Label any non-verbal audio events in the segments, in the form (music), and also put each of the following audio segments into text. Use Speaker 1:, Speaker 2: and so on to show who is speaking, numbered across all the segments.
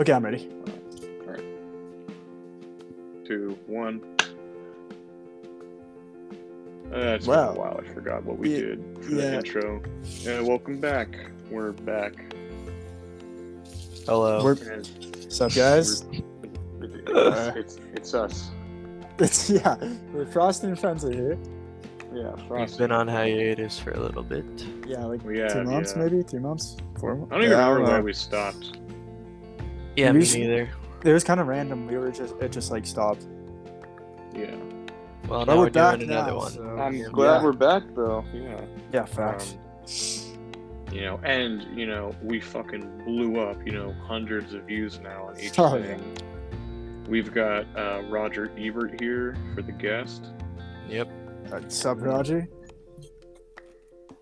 Speaker 1: Okay, I'm ready.
Speaker 2: Two, one. Uh, it's
Speaker 1: Wow.
Speaker 2: been a while. I forgot what we
Speaker 1: Yeah,
Speaker 2: did for the
Speaker 1: yeah.
Speaker 2: intro. Yeah, welcome back. We're back.
Speaker 3: Hello.
Speaker 1: We're,
Speaker 2: And
Speaker 1: what's up, guys?
Speaker 2: it's, it's, it's us.
Speaker 1: (laughs) It's yeah, we're Frost and Friends are here.
Speaker 2: Yeah,
Speaker 3: We've
Speaker 2: Frost.
Speaker 3: been on hiatus for a little bit.
Speaker 1: Yeah, like
Speaker 2: We have,
Speaker 1: two months
Speaker 2: yeah.
Speaker 1: maybe, three months, four. months.
Speaker 2: I don't even remember why we stopped.
Speaker 3: Yeah,
Speaker 1: We
Speaker 3: me
Speaker 1: should-
Speaker 3: neither.
Speaker 1: It was kind of random. We were just it just like stopped.
Speaker 2: Yeah.
Speaker 3: Well,
Speaker 1: But
Speaker 3: now
Speaker 1: we're
Speaker 3: we're,
Speaker 1: back
Speaker 3: doing another
Speaker 1: now,
Speaker 3: one.
Speaker 1: so-
Speaker 2: I'm
Speaker 3: Yeah.
Speaker 2: glad
Speaker 1: Yeah.
Speaker 2: we're back, though. Yeah.
Speaker 1: Yeah, facts.
Speaker 2: Um, You know, and, you know, we fucking blew up, you know, hundreds of views now on each
Speaker 1: Oh, yeah.
Speaker 2: thing. We've got uh, Roger Ebert here for the guest.
Speaker 3: Yep.
Speaker 2: Um,
Speaker 1: What's up, Roger?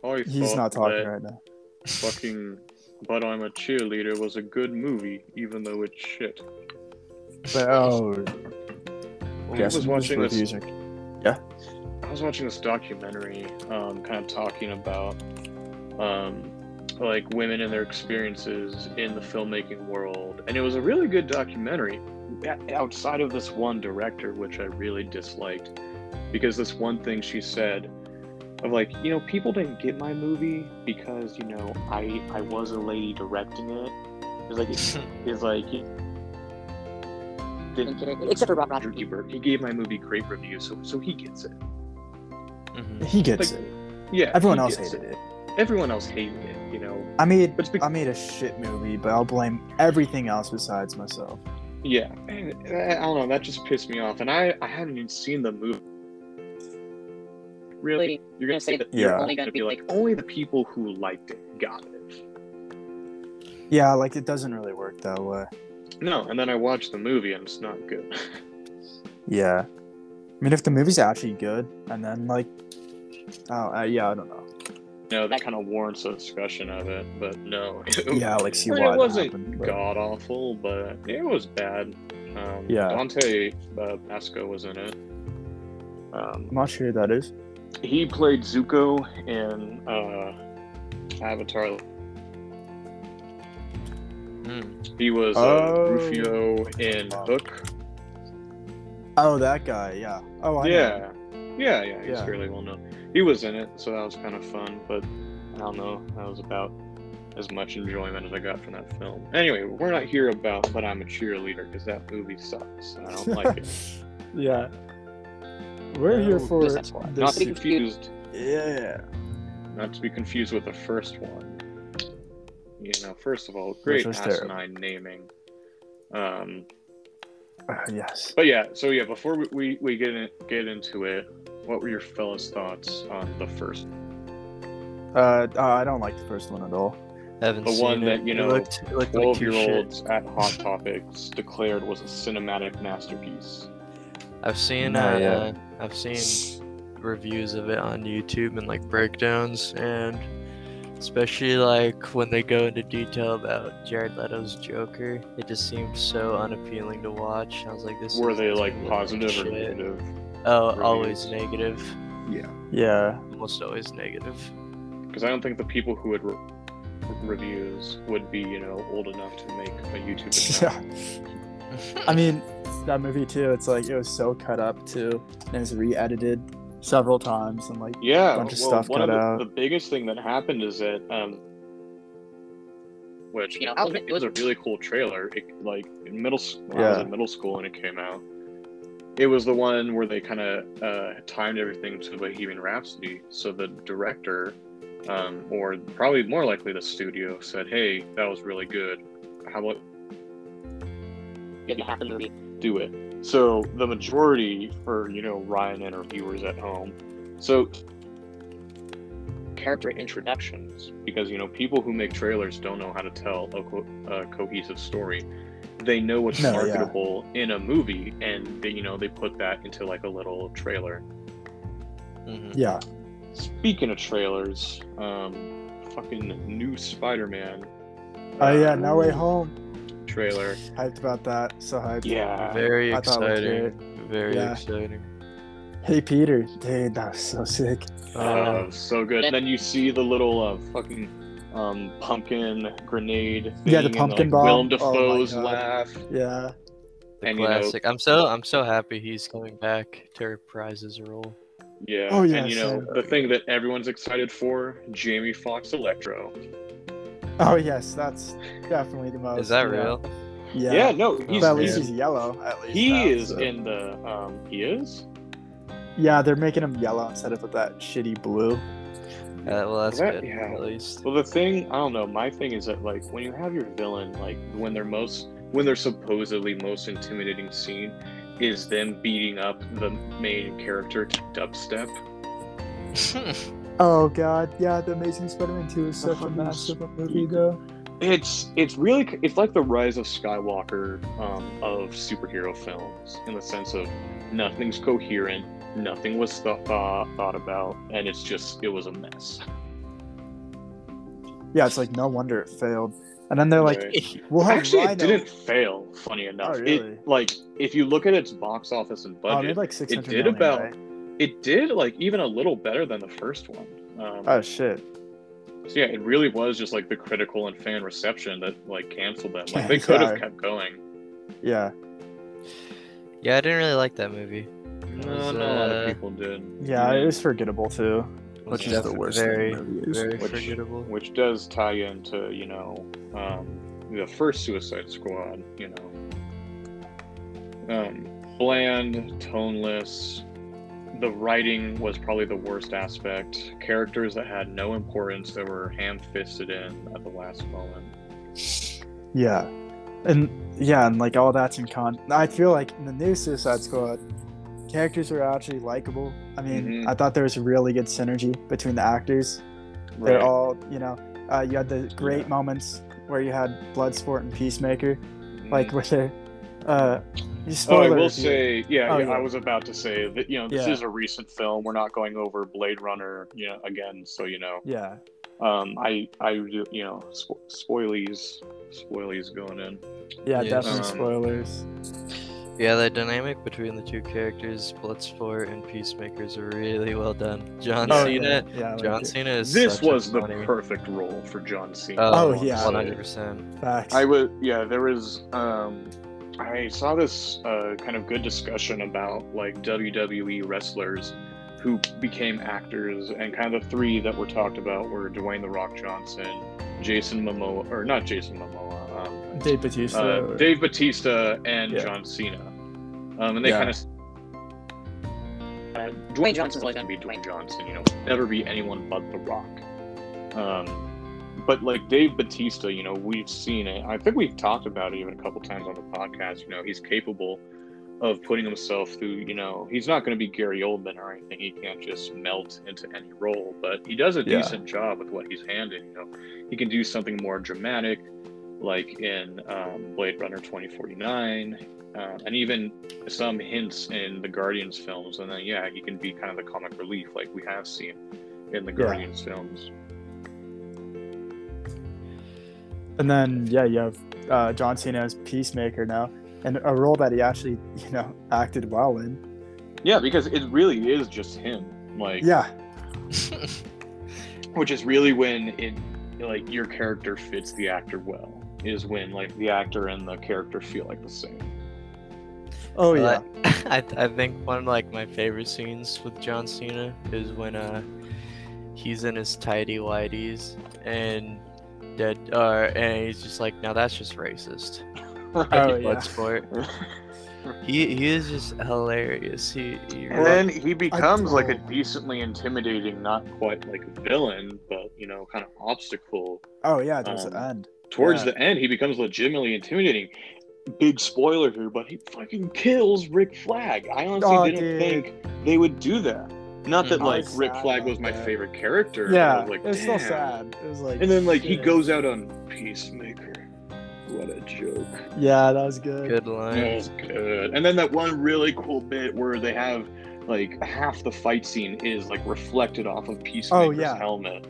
Speaker 2: I
Speaker 1: Uh, He's
Speaker 2: thought
Speaker 1: not talking
Speaker 2: that
Speaker 1: right now.
Speaker 2: fucking But I'm a Cheerleader was a good movie, even though it's shit.
Speaker 1: But oh,
Speaker 2: I
Speaker 1: guess
Speaker 2: was watching
Speaker 1: with
Speaker 2: this-
Speaker 1: music.
Speaker 2: I was watching this documentary, um, kind of talking about um, like women and their experiences in the filmmaking world, and it was a really good documentary. o- Outside of this one director, which I really disliked, because this one thing she said of like, you know, people didn't get my movie because you know I I was a lady directing it. It's like it's like didn't get it
Speaker 4: Except for Rob Roger.
Speaker 2: Roger Ebert. He gave my movie great reviews, so so he gets it.
Speaker 3: Mhm.
Speaker 1: He gets
Speaker 2: Like,
Speaker 1: it.
Speaker 2: Yeah,
Speaker 1: Everyone
Speaker 2: he
Speaker 1: else
Speaker 2: gets
Speaker 1: hated it. Um,
Speaker 2: Everyone else hated it, you know.
Speaker 1: I made
Speaker 2: But it's bec-
Speaker 1: I made a shit movie, but I'll blame everything else besides myself.
Speaker 2: yeah, and, uh, I don't know. That just pissed me off, and I I hadn't even seen the movie. Really, you're gonna say that?
Speaker 1: Yeah.
Speaker 2: you're only gonna be like only the people who liked it got it.
Speaker 1: Yeah, like it doesn't really work that way.
Speaker 2: No, and then I watched the movie, and it's not good. (laughs)
Speaker 1: Yeah. I mean, if the movie's actually good, and then like, oh uh, yeah, I don't know.
Speaker 2: no, that kind of warrants a discussion of it, but no. (laughs) It,
Speaker 1: Yeah, like see
Speaker 2: I mean,
Speaker 1: what
Speaker 2: it wasn't
Speaker 1: happened, but-
Speaker 2: god awful, but it was bad. Um,
Speaker 1: Yeah.
Speaker 2: Dante uh, Pasco was in it.
Speaker 1: I'm
Speaker 2: Um,
Speaker 1: not sure who that is.
Speaker 2: he played Zuko in uh, Avatar.
Speaker 3: Mm.
Speaker 2: He was uh,
Speaker 1: Oh.
Speaker 2: Rufio in
Speaker 1: Wow.
Speaker 2: Hook.
Speaker 1: Oh, that guy. Yeah. Oh, I know.
Speaker 2: Yeah, yeah, yeah. He's
Speaker 1: Yeah.
Speaker 2: fairly well known. He was in it, so that was kind of fun. But I don't know. That was about as much enjoyment as I got from that film. Anyway, we're not here about "But I'm a Cheerleader" because that movie sucks. And I (laughs) don't
Speaker 1: (laughs)
Speaker 2: like it.
Speaker 1: Yeah. We're
Speaker 3: No,
Speaker 1: here for
Speaker 4: this is why.
Speaker 2: Not
Speaker 1: this.
Speaker 2: to be confused.
Speaker 1: Yeah.
Speaker 2: Not to be confused with the first one. You know, first of all, great
Speaker 1: was terrible.
Speaker 2: asinine naming. Um,
Speaker 1: Uh, yes.
Speaker 2: But yeah, so yeah, before we, we, we get in, get into it, what were your fellas' thoughts on the first?
Speaker 1: Uh, uh, I don't like the first one at all.
Speaker 3: Haven't
Speaker 2: The
Speaker 3: seen
Speaker 2: one
Speaker 3: it.
Speaker 2: that, you
Speaker 3: It
Speaker 2: know,
Speaker 3: looked, it looked like your shit.
Speaker 2: Twelve-year-olds at Hot Topics declared was a cinematic masterpiece.
Speaker 3: I've seen
Speaker 1: Not
Speaker 3: uh,
Speaker 1: yet.
Speaker 3: I've seen reviews of it on YouTube and like breakdowns and especially like when they go into detail about Jared Leto's Joker, it just seemed so unappealing to watch. I was like, this.
Speaker 2: Were
Speaker 3: is-
Speaker 2: they
Speaker 3: this
Speaker 2: like
Speaker 3: movie looks
Speaker 2: positive or
Speaker 3: shit.
Speaker 2: negative?
Speaker 3: Oh,
Speaker 2: reviews?
Speaker 3: always negative.
Speaker 1: Yeah. (laughs)
Speaker 3: Almost always negative.
Speaker 2: Because I don't think the people who would re- reviews would be you know old enough to make a YouTube account.
Speaker 1: Yeah. I mean, that movie too. It's like it was so cut up too, and it was re-edited several times, and like
Speaker 2: Yeah,
Speaker 1: Bunch of
Speaker 2: well,
Speaker 1: stuff
Speaker 2: one
Speaker 1: cut
Speaker 2: of the,
Speaker 1: out.
Speaker 2: the biggest thing that happened is that, um, which
Speaker 4: You know,
Speaker 2: I was-
Speaker 4: it
Speaker 2: it was a
Speaker 4: was-
Speaker 2: really cool trailer. It, like in middle, s- when I was
Speaker 1: Yeah.
Speaker 2: in middle school when it came out, it was the one where they kind of uh, timed everything to Bohemian Rhapsody. So the director, um, or probably more likely the studio, said, "Hey, that was really good. How about
Speaker 4: Get half the movie.
Speaker 2: do it. So the majority for you know Ryan and our viewers at home. So character introductions because you know people who make trailers don't know how to tell a co- a cohesive story. They know what's
Speaker 1: No, yeah.
Speaker 2: marketable in a movie, and they, you know they put that into like a little trailer.
Speaker 3: Mhm.
Speaker 1: yeah.
Speaker 2: Speaking of trailers, um, fucking new Spider-Man.
Speaker 1: Oh yeah, No Way
Speaker 2: uh,
Speaker 1: Home.
Speaker 2: trailer.
Speaker 1: Hyped about that. So hyped.
Speaker 2: Yeah,
Speaker 3: Very
Speaker 1: I thought it looked
Speaker 3: exciting. Very
Speaker 1: Yeah.
Speaker 3: exciting.
Speaker 1: Hey Peter, dude, that was so sick.
Speaker 2: Uh, so good. And then you see the little uh, fucking um, pumpkin grenade.
Speaker 1: Yeah, the
Speaker 2: thing and,
Speaker 1: pumpkin
Speaker 2: like,
Speaker 1: bomb.
Speaker 2: Willem
Speaker 1: Oh my
Speaker 2: Dafoe's
Speaker 1: God.
Speaker 2: laugh.
Speaker 1: Yeah.
Speaker 3: The
Speaker 2: And, you know-
Speaker 3: classic. I'm so I'm so happy he's coming back to reprise his role.
Speaker 2: Yeah.
Speaker 1: Oh, yeah,
Speaker 2: And you know
Speaker 1: same.
Speaker 2: the thing that everyone's excited for: Jamie Foxx Electro.
Speaker 1: Oh yes, that's definitely the most.
Speaker 3: Is that
Speaker 1: you know.
Speaker 3: real?
Speaker 1: Yeah.
Speaker 2: Yeah. no, he's
Speaker 1: but at least
Speaker 2: yeah.
Speaker 1: he's yellow. At least
Speaker 2: he
Speaker 1: now,
Speaker 2: is
Speaker 1: so-
Speaker 2: in the um he is
Speaker 1: Yeah, they're making him yellow instead of with that shitty blue.
Speaker 3: Uh, well, that's
Speaker 2: That-
Speaker 3: good.
Speaker 2: yeah. (laughs)
Speaker 3: At least.
Speaker 2: well the thing i don't know my thing is that like when you have your villain like when they're most when they're supposedly most intimidating scene is them beating up the main character to dubstep
Speaker 1: Oh god, yeah, The Amazing Spider-Man 2 is such a
Speaker 2: fucking
Speaker 1: massive movie though.
Speaker 2: it's it's really c- it's like the rise of skywalker um, of superhero films in the sense of nothing's coherent nothing was th- thought, thought about and it's just it was a mess
Speaker 1: Yeah, it's like no wonder it failed. And then they're like,
Speaker 2: Right.
Speaker 1: we'll have
Speaker 2: Actually,
Speaker 1: Rhino.
Speaker 2: it didn't fail. Funny enough,
Speaker 1: Oh, really?
Speaker 2: it like if you look at its box office and
Speaker 1: Oh, it
Speaker 2: budget,
Speaker 1: made like six
Speaker 2: it
Speaker 1: hundred
Speaker 2: did
Speaker 1: million.
Speaker 2: about-
Speaker 1: right?
Speaker 2: it did like even a little better than the first one. Um,
Speaker 1: Oh shit.
Speaker 2: so yeah, it really was just like the critical and fan reception that like canceled that. Like they could have
Speaker 1: Sorry.
Speaker 2: kept going.
Speaker 1: Yeah.
Speaker 3: Yeah, I didn't really like that movie. It
Speaker 2: No,
Speaker 3: was,
Speaker 2: not a lot
Speaker 3: uh,
Speaker 2: of people did.
Speaker 1: Yeah, it was forgettable too.
Speaker 3: it was
Speaker 1: Which is the
Speaker 3: def-
Speaker 1: worst
Speaker 3: Very,
Speaker 1: of the movies.
Speaker 3: very
Speaker 2: Which-
Speaker 3: forgettable.
Speaker 2: which does tie into you know um, the first Suicide Squad. You know, um, bland, toneless. The writing was probably the worst aspect. Characters that had no importance that were ham-fisted in at the last moment.
Speaker 1: Yeah. And yeah, and like all that's in con I feel like in the new Suicide Squad, characters are actually likable. I mean,
Speaker 2: Mhm.
Speaker 1: I thought there was really good synergy between the actors. They're
Speaker 2: Right.
Speaker 1: all, you know, uh, you had the great
Speaker 2: Yeah.
Speaker 1: moments where you had Bloodsport and Peacemaker,
Speaker 2: Mhm.
Speaker 1: like where they're. Uh,
Speaker 2: Oh,
Speaker 1: spoiler
Speaker 2: I will
Speaker 1: if you-
Speaker 2: say, yeah,
Speaker 1: Oh,
Speaker 2: yeah,
Speaker 1: yeah.
Speaker 2: I was about to say that you know this
Speaker 1: Yeah.
Speaker 2: is a recent film. We're not going over Blade Runner, you know, again. So you know,
Speaker 1: Yeah,
Speaker 2: um, I, I, do- you know, spo- spoilies, spoilies going in.
Speaker 1: yeah,
Speaker 3: Yeah.
Speaker 1: definitely
Speaker 2: Um,
Speaker 1: spoilers.
Speaker 3: Yeah, that dynamic between the two characters, Bloodsport and Peacemaker, is really well done. John
Speaker 1: Oh,
Speaker 3: Cena.
Speaker 1: yeah, yeah,
Speaker 3: John
Speaker 1: like,
Speaker 3: Cena is.
Speaker 2: this
Speaker 3: such a
Speaker 2: was the
Speaker 3: funny-
Speaker 2: perfect role for John Cena.
Speaker 1: Oh,
Speaker 3: Oh,
Speaker 1: yeah.
Speaker 3: yeah, one hundred percent.
Speaker 1: facts.
Speaker 2: I was yeah. There was um, I saw this uh, kind of good discussion about like WWE wrestlers who became actors, and kind of the three that were talked about were Dwayne the Rock Johnson, Jason Momoa, or not Jason Momoa, um,
Speaker 1: Dave Batista.
Speaker 2: uh, Dave Batista and
Speaker 1: Yeah.
Speaker 2: John Cena. Um, and they
Speaker 1: Yeah.
Speaker 2: kind of. Uh, Dwayne Johnson's always going to be Dwayne Johnson. You know, it'll never be anyone but The Rock. Um, but like Dave Batista, you know, we've seen it. I think we've talked about it even a couple times on the podcast. You know, he's capable of putting himself through. You know, he's not going to be Gary Oldman or anything. He can't just melt into any role, but he does a
Speaker 1: Yeah.
Speaker 2: decent job with what he's handed. You know, he can do something more dramatic like in um, Blade Runner 2049, uh, and even some hints in the Guardians films. And then, yeah, he can be kind of the comic relief like we have seen in the
Speaker 1: Yeah.
Speaker 2: Guardians films.
Speaker 1: and then yeah, you have uh, John Cena as Peacemaker now, and a role that he actually you know acted well in.
Speaker 2: Yeah, because it really is just him. Like,
Speaker 1: Yeah,
Speaker 2: which is really when it, like, your character fits the actor well, is when, like, the actor and the character feel like the same. (laughs)
Speaker 1: oh yeah,
Speaker 3: I, (laughs) I think one of like my favorite scenes with John Cena is when uh he's in his tidy whities and dead uh and he's just like now that's just racist.
Speaker 1: Oh,
Speaker 3: Like in
Speaker 1: yeah.
Speaker 3: Bloodsport.
Speaker 2: (laughs)
Speaker 3: He he is just hilarious. He, he
Speaker 2: And then he
Speaker 1: becomes,
Speaker 2: becomes
Speaker 1: like,
Speaker 2: like
Speaker 1: a
Speaker 2: a decently intimidating, not quite like a villain, but you know, kind of obstacle
Speaker 1: oh yeah, there's an
Speaker 2: Um,
Speaker 1: end.
Speaker 2: towards
Speaker 1: Yeah.
Speaker 2: the end, he becomes legitimately intimidating. Big spoiler here, but he fucking kills Rick Flag. I honestly
Speaker 1: Aw,
Speaker 2: didn't
Speaker 1: dude.
Speaker 2: think they would do that. Not that
Speaker 3: Mhm.
Speaker 2: like
Speaker 1: I was
Speaker 2: Rick
Speaker 1: sad
Speaker 2: Flag
Speaker 1: about
Speaker 2: was my
Speaker 1: that.
Speaker 2: favorite character. but I
Speaker 1: Yeah,
Speaker 2: was like,
Speaker 1: it was still
Speaker 2: "Damn."
Speaker 1: sad. It was like,
Speaker 2: And then like he
Speaker 1: shit.
Speaker 2: goes out on Peacemaker. What a joke.
Speaker 1: Yeah, that was good.
Speaker 3: good line.
Speaker 2: That was good. And then that one really cool bit where they have like half the fight scene is like reflected off of Peacemaker's
Speaker 1: yeah.
Speaker 2: helmet.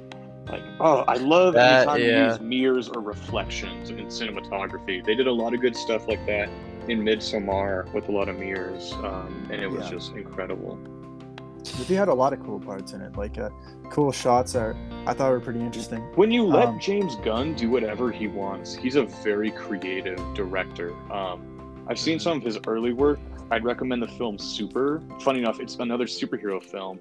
Speaker 2: Like, oh, I love
Speaker 3: That-
Speaker 2: anytime
Speaker 3: yeah.
Speaker 2: you use mirrors or reflections in cinematography. They did a lot of good stuff like that in Midsommar with a lot of mirrors, um, and it was
Speaker 1: Yeah.
Speaker 2: just incredible.
Speaker 1: The movie had a lot of cool parts in it, like uh, cool shots that I thought were pretty interesting.
Speaker 2: When you let
Speaker 1: Um,
Speaker 2: James Gunn do whatever he wants, he's a very creative director. Um, I've seen some of his early work. I'd recommend the film Super. Funny enough, it's another superhero film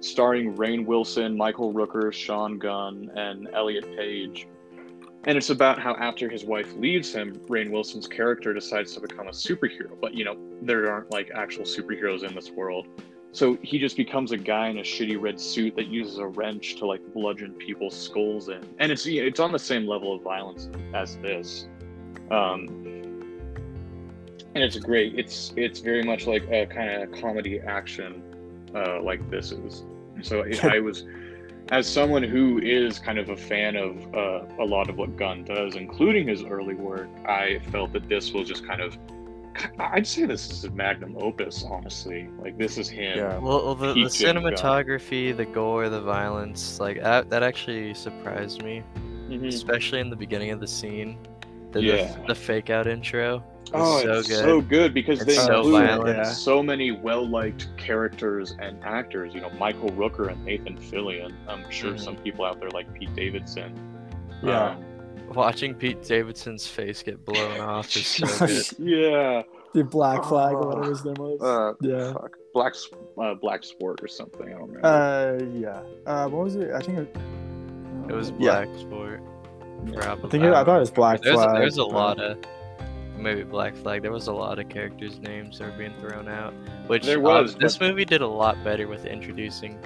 Speaker 2: starring Rain Wilson, Michael Rooker, Sean Gunn, and Elliot Page. And it's about how after his wife leaves him, Rain Wilson's character decides to become a superhero. But you know, there aren't like actual superheroes in this world. So he just becomes a guy in a shitty red suit that uses a wrench to like bludgeon people's skulls in, and it's it's on the same level of violence as this, um, and it's great. It's it's very much like a kind of comedy action, uh, like this is. So it, I was, as someone who is kind of a fan of uh, a lot of what Gunn does, including his early work, I felt that this was just kind of. I'd say this is a magnum opus, honestly. Like this is him.
Speaker 1: Yeah.
Speaker 3: Well, well, the, the
Speaker 2: Peak James Gunn.
Speaker 3: cinematography, the gore, the violence, like that, that actually surprised me, Mm-hmm.
Speaker 2: Mhm.
Speaker 3: especially in the beginning of the scene. The, the-
Speaker 2: Yeah.
Speaker 3: the fake out intro.
Speaker 2: Oh,
Speaker 3: so
Speaker 2: it's
Speaker 3: good.
Speaker 2: so good because
Speaker 3: It's
Speaker 2: they
Speaker 3: so
Speaker 2: include
Speaker 3: violent.
Speaker 1: Yeah.
Speaker 2: so many well-liked characters and actors. You know, Michael Rooker and Nathan Fillion. I'm sure
Speaker 3: Mhm.
Speaker 2: some people out there like Pete Davidson.
Speaker 1: Mm-hmm. Yeah.
Speaker 2: Um,
Speaker 3: Watching Pete Davidson's face get blown off
Speaker 1: (laughs)
Speaker 2: (laughs)
Speaker 3: is so good.
Speaker 2: yeah.
Speaker 1: The Black Flag
Speaker 2: Oh.
Speaker 1: or whatever his name was.
Speaker 2: Uh,
Speaker 1: yeah.
Speaker 2: Fuck. Black, S- uh, Black Sport or something. I don't remember.
Speaker 1: Uh, yeah. Uh, what was it? I think it,
Speaker 3: It was
Speaker 1: Yeah.
Speaker 3: Black Sport. Probably.
Speaker 1: I think it, I thought it was Black
Speaker 3: there's,
Speaker 1: Flag.
Speaker 3: there's a
Speaker 1: but-
Speaker 3: lot of maybe Black Flag. There was a lot of characters' names that were being thrown out. Which
Speaker 2: There
Speaker 3: uh,
Speaker 2: was,
Speaker 3: this movie did a lot better with introducing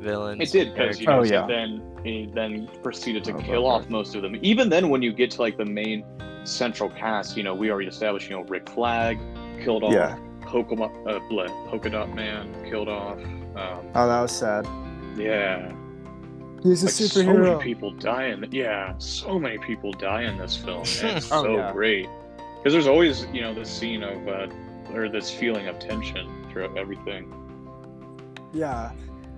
Speaker 3: villains.
Speaker 2: It did
Speaker 3: and
Speaker 2: because you
Speaker 1: Oh,
Speaker 2: know,
Speaker 1: yeah.
Speaker 2: then he then proceeded to
Speaker 1: Oh,
Speaker 2: kill
Speaker 1: okay.
Speaker 2: off most of them. Even then, when you get to like the main central cast, you know we already established. You know, Rick Flag killed off
Speaker 1: Yeah.
Speaker 2: Pokemon, uh, Bla- Polka Dot Man killed off. Um,
Speaker 1: Oh, that was sad.
Speaker 2: yeah,
Speaker 1: He's a
Speaker 2: like, so
Speaker 1: superhero.
Speaker 2: many people die in. th- yeah, so many people die in this film.
Speaker 1: (laughs)
Speaker 2: And it's
Speaker 1: Oh,
Speaker 2: so
Speaker 1: yeah.
Speaker 2: great because there's always you know this scene of uh, or this feeling of tension throughout everything.
Speaker 1: yeah.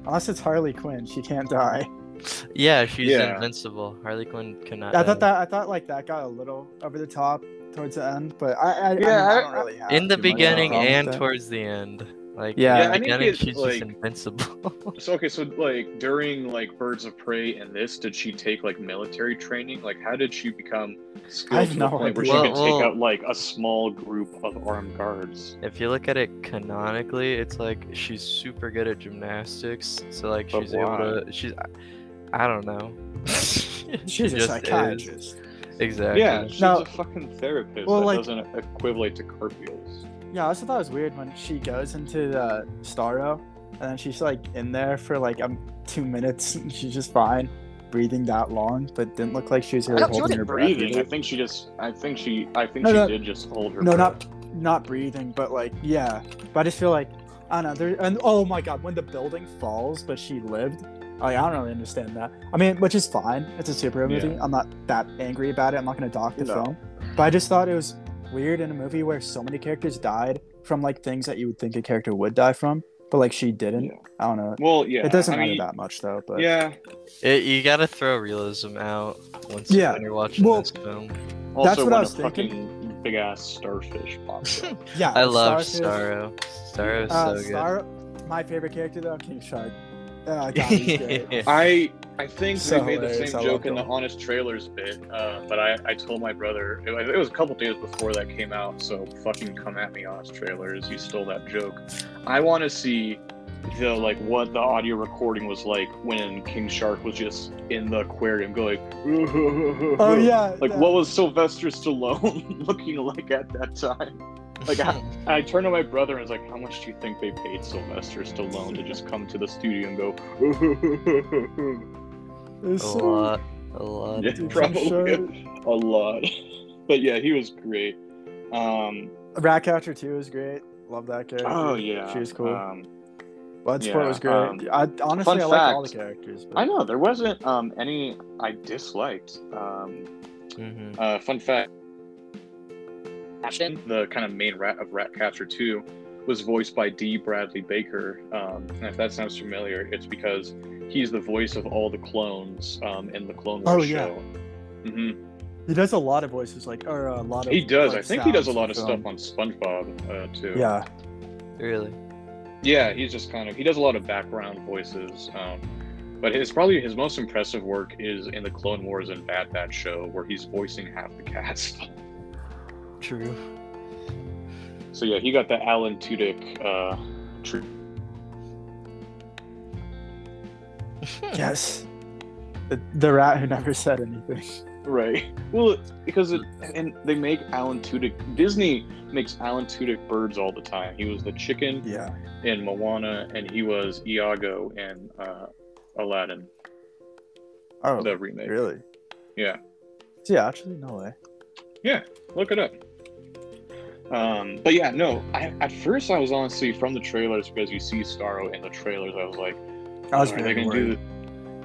Speaker 1: Unless it's Harley Quinn, she can't
Speaker 3: Uh,
Speaker 1: die.
Speaker 3: characters. Yeah, she's
Speaker 2: Yeah.
Speaker 3: invincible. Harley Quinn cannot.
Speaker 1: I thought
Speaker 3: die.
Speaker 1: that I thought like that got a little over the top towards the end, but I I, I, mean,
Speaker 2: Yeah,
Speaker 1: I
Speaker 2: I-
Speaker 1: don't really have
Speaker 3: in the
Speaker 1: too much of a
Speaker 3: beginning
Speaker 1: problem with
Speaker 3: and
Speaker 1: that.
Speaker 3: towards the end. Like
Speaker 1: Yeah.
Speaker 3: in
Speaker 1: Yeah,
Speaker 3: the
Speaker 2: I think
Speaker 3: beginning
Speaker 2: it's,
Speaker 3: she's
Speaker 2: like-
Speaker 3: just invincible.
Speaker 2: So okay, so like during like Birds of Prey and this, did she take like military training? Like, how did she become
Speaker 1: I
Speaker 2: skilled
Speaker 1: have
Speaker 2: to the
Speaker 1: no
Speaker 2: point where she
Speaker 1: idea.
Speaker 2: could
Speaker 3: Well,
Speaker 2: take
Speaker 3: well-
Speaker 2: out like a small group of armed guards?
Speaker 3: if you look at it canonically, it's like she's super good at gymnastics. So like
Speaker 2: But
Speaker 3: she's able to. She's. I, I
Speaker 1: (laughs)
Speaker 3: don't know.
Speaker 1: She's a
Speaker 3: just is.
Speaker 1: psychiatrist.
Speaker 3: Exactly.
Speaker 2: Yeah, she's
Speaker 1: Now-
Speaker 2: a fucking therapist.
Speaker 1: Well,
Speaker 2: that
Speaker 1: like-
Speaker 2: doesn't equivalent to cartwheels.
Speaker 1: Yeah, I also thought it was weird when she goes into the Starro, and then she's like in there for like um two minutes. And she's just fine, breathing that long, but didn't look like she was really
Speaker 4: don't- she
Speaker 1: holding
Speaker 4: wasn't
Speaker 1: her breath.
Speaker 2: Breathing. I
Speaker 1: either.
Speaker 2: think she just. I think she. I think
Speaker 1: No,
Speaker 2: she
Speaker 1: no.
Speaker 2: did just hold her.
Speaker 1: No,
Speaker 2: breath.
Speaker 1: not not breathing, but like yeah. But I just feel like I don't know. There and oh my god, when the building falls, but she lived. Like, I don't really understand that. I mean, which is fine. It's a superhero movie. I'm not that angry about it. I'm not going to dock the
Speaker 2: No.
Speaker 1: film. But I just thought it was weird in a movie where so many characters died from like things that you would think a character would die from, but like she didn't.
Speaker 2: Yeah.
Speaker 1: I don't know.
Speaker 2: Well, yeah.
Speaker 1: it doesn't
Speaker 2: I
Speaker 1: matter
Speaker 2: mean,
Speaker 1: that much though. But
Speaker 2: Yeah.
Speaker 3: It, you gotta throw realism out once
Speaker 1: Yeah,
Speaker 3: when you're watching
Speaker 1: well-
Speaker 3: this film.
Speaker 2: Also,
Speaker 1: what I
Speaker 2: when
Speaker 1: was
Speaker 2: a
Speaker 1: thinking.
Speaker 2: fucking big ass starfish pops up.
Speaker 1: yeah.
Speaker 3: I love
Speaker 1: Starfish-
Speaker 3: Starro. Starro's
Speaker 1: Uh,
Speaker 3: so
Speaker 1: Star- my favorite character though, King Shark.
Speaker 3: (laughs)
Speaker 1: Oh, God, he's
Speaker 3: good.
Speaker 1: great.
Speaker 2: I I think
Speaker 1: So
Speaker 2: they made the
Speaker 1: hilarious,
Speaker 2: same
Speaker 1: I
Speaker 2: joke
Speaker 1: love
Speaker 2: in the
Speaker 1: them.
Speaker 2: Honest Trailers bit, uh, but I, I told my brother it was, it was a couple days before that came out, so fucking come at me, Honest Trailers, you stole that joke. I want to see the like what the audio recording was like when King Shark was just in the aquarium going.
Speaker 1: oh
Speaker 2: (laughs)
Speaker 1: yeah.
Speaker 2: Like
Speaker 1: yeah.
Speaker 2: what was Sylvester Stallone (laughs) looking like at that time?
Speaker 1: (laughs)
Speaker 2: Like I, I turned to my brother and was like, "How much do you think they paid Sylvester Stallone to just come to the studio and go?" (laughs)
Speaker 1: It was
Speaker 3: a
Speaker 1: so-
Speaker 3: lot, a lot. (laughs)
Speaker 2: Yeah,
Speaker 1: Dude,
Speaker 2: probably
Speaker 1: I'm sure-
Speaker 2: a lot. (laughs) But yeah, he was great. Um,
Speaker 1: Ratcatcher 2 was great. Love that character.
Speaker 2: oh yeah,
Speaker 1: She was cool.
Speaker 2: Um,
Speaker 1: Bloodsport
Speaker 2: yeah,
Speaker 1: was great.
Speaker 2: um,
Speaker 1: I honestly
Speaker 2: fun
Speaker 1: I like all the
Speaker 2: fact,
Speaker 1: characters. But...
Speaker 2: I know there wasn't um, any I disliked. Um,
Speaker 3: hmm
Speaker 2: uh, fun fact:
Speaker 4: Ashton?
Speaker 2: the kind of main rat of Ratcatcher Two was voiced by D. Bradley Baker. Um, and if that sounds familiar, it's because he's the voice of all the clones um, in the Clone
Speaker 1: Oh,
Speaker 2: Wars
Speaker 1: yeah.
Speaker 2: show. hmm
Speaker 1: He does a lot of voices, like or a lot of.
Speaker 2: He does.
Speaker 1: like,
Speaker 2: I think he does a
Speaker 1: sounds
Speaker 2: lot
Speaker 1: in
Speaker 2: of stuff
Speaker 1: film.
Speaker 2: on SpongeBob uh, too.
Speaker 1: Yeah,
Speaker 3: Really?
Speaker 2: Yeah, he's just kind of he does a lot of background voices, um, but his probably his most impressive work is in the Clone Wars and Bad Batch show, where he's voicing half the cast. (laughs)
Speaker 3: True.
Speaker 2: So yeah, he got the Alan Tudyk uh, tree.
Speaker 1: yes. The, the rat who never said anything. (laughs)
Speaker 2: Right. Well, because it, and they make Alan Tudyk Disney makes Alan Tudyk birds all the time. He was the chicken
Speaker 1: Yeah.
Speaker 2: in Moana, and he was Iago in uh, Aladdin,
Speaker 1: Oh,
Speaker 2: the remake.
Speaker 1: really?
Speaker 2: Yeah.
Speaker 1: Yeah, actually, no way.
Speaker 2: Look it up. Um, but yeah, no. I, at first, I was honestly from the trailers because you see Starro in the trailers. I was like,
Speaker 1: I was
Speaker 2: are
Speaker 1: really
Speaker 2: they gonna
Speaker 1: worried.
Speaker 2: do?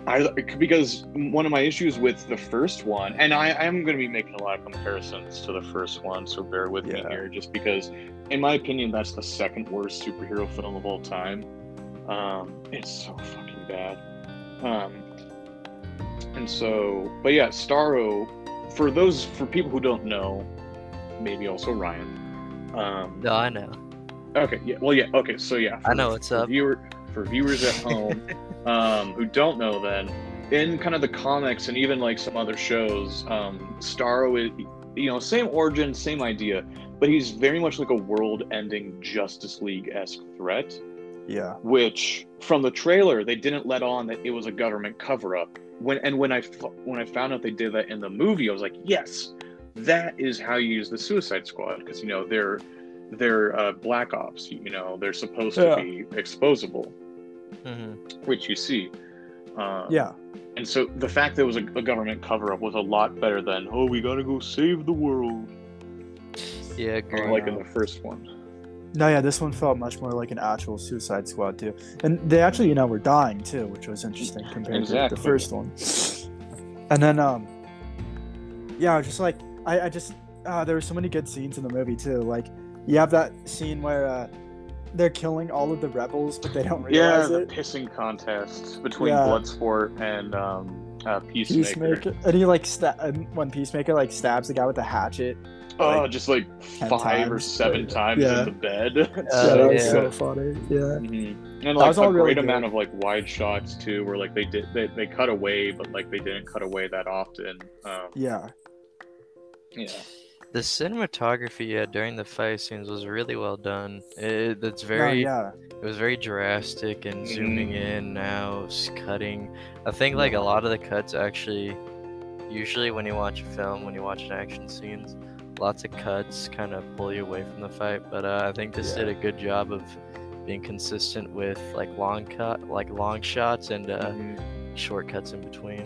Speaker 2: I because one of my issues with the first one, and I I am gonna be making a lot of comparisons to the first one, so bear with me
Speaker 1: Yeah.
Speaker 2: here, just because, in my opinion, that's the second worst superhero film of all time. Um, it's so fucking bad. Um, and so, but yeah, Starro. For those for people who don't know, maybe also Ryan. Um,
Speaker 3: No, I know.
Speaker 2: Okay. Yeah. Well. Yeah. Okay. So yeah.
Speaker 3: I know what's
Speaker 2: For
Speaker 3: up.
Speaker 2: viewer for viewers
Speaker 3: (laughs)
Speaker 2: at home um, who don't know then in kind of the comics and even like some other shows um, starro is you know same origin same idea but he's very much like a world ending justice league-esque threat
Speaker 1: Yeah.
Speaker 2: which from the trailer they didn't let on that it was a government cover-up when and when i f- when i found out they did that in the movie i was like yes that is how you use the suicide squad because you know they're they're uh, black ops you know they're supposed
Speaker 1: Yeah.
Speaker 2: to be exposable
Speaker 3: hmm
Speaker 2: which you see. Um,
Speaker 1: Yeah.
Speaker 2: And so the fact that it was a, a government cover up was a lot better than, oh, we gotta go save the world,
Speaker 3: Yeah,
Speaker 1: Oh,
Speaker 3: agree.
Speaker 2: like in the first one.
Speaker 1: No, yeah, this one felt much more like an actual Suicide Squad too, and they actually, you know, were dying too, which was interesting compared
Speaker 2: Exactly.
Speaker 1: to the first one. And then, um, yeah, I was just like I, I just uh, there were so many good scenes in the movie too. Like you have that scene where uh, they're killing all of the rebels, but they don't
Speaker 2: Yeah,
Speaker 1: realize
Speaker 2: the
Speaker 1: it.
Speaker 2: pissing contest between
Speaker 1: Yeah.
Speaker 2: Bloodsport and um, uh, Peacemaker.
Speaker 1: Peacemaker, and he like sta- and when Peacemaker like stabs the guy with the hatchet.
Speaker 2: Oh,
Speaker 1: like,
Speaker 2: just like five or
Speaker 1: times.
Speaker 2: seven times
Speaker 1: Yeah.
Speaker 2: in the bed. (laughs) It's
Speaker 3: Oh,
Speaker 1: yeah, that was
Speaker 3: yeah.
Speaker 1: so funny. Yeah,
Speaker 2: Mhm. And
Speaker 1: That
Speaker 2: like
Speaker 1: was
Speaker 2: a
Speaker 1: all
Speaker 2: great
Speaker 1: really good.
Speaker 2: amount of like wide shots too, where like they did they, they cut away, but like they didn't cut away that often. Um,
Speaker 1: yeah,
Speaker 2: yeah,
Speaker 3: The cinematography yeah, during the fight scenes was really well done. It, that's
Speaker 1: No,
Speaker 3: very
Speaker 1: yeah.
Speaker 3: it was very drastic and zooming
Speaker 2: Mhm.
Speaker 3: in now s- cutting. I think like a lot of the cuts actually usually when you watch a film, when you watch an action scenes, lots of cuts kind of pull you away from the fight, but uh, I think this
Speaker 1: Yeah.
Speaker 3: did a good job of being consistent with like long cut like long shots and uh,
Speaker 2: Mhm.
Speaker 3: short cuts in between.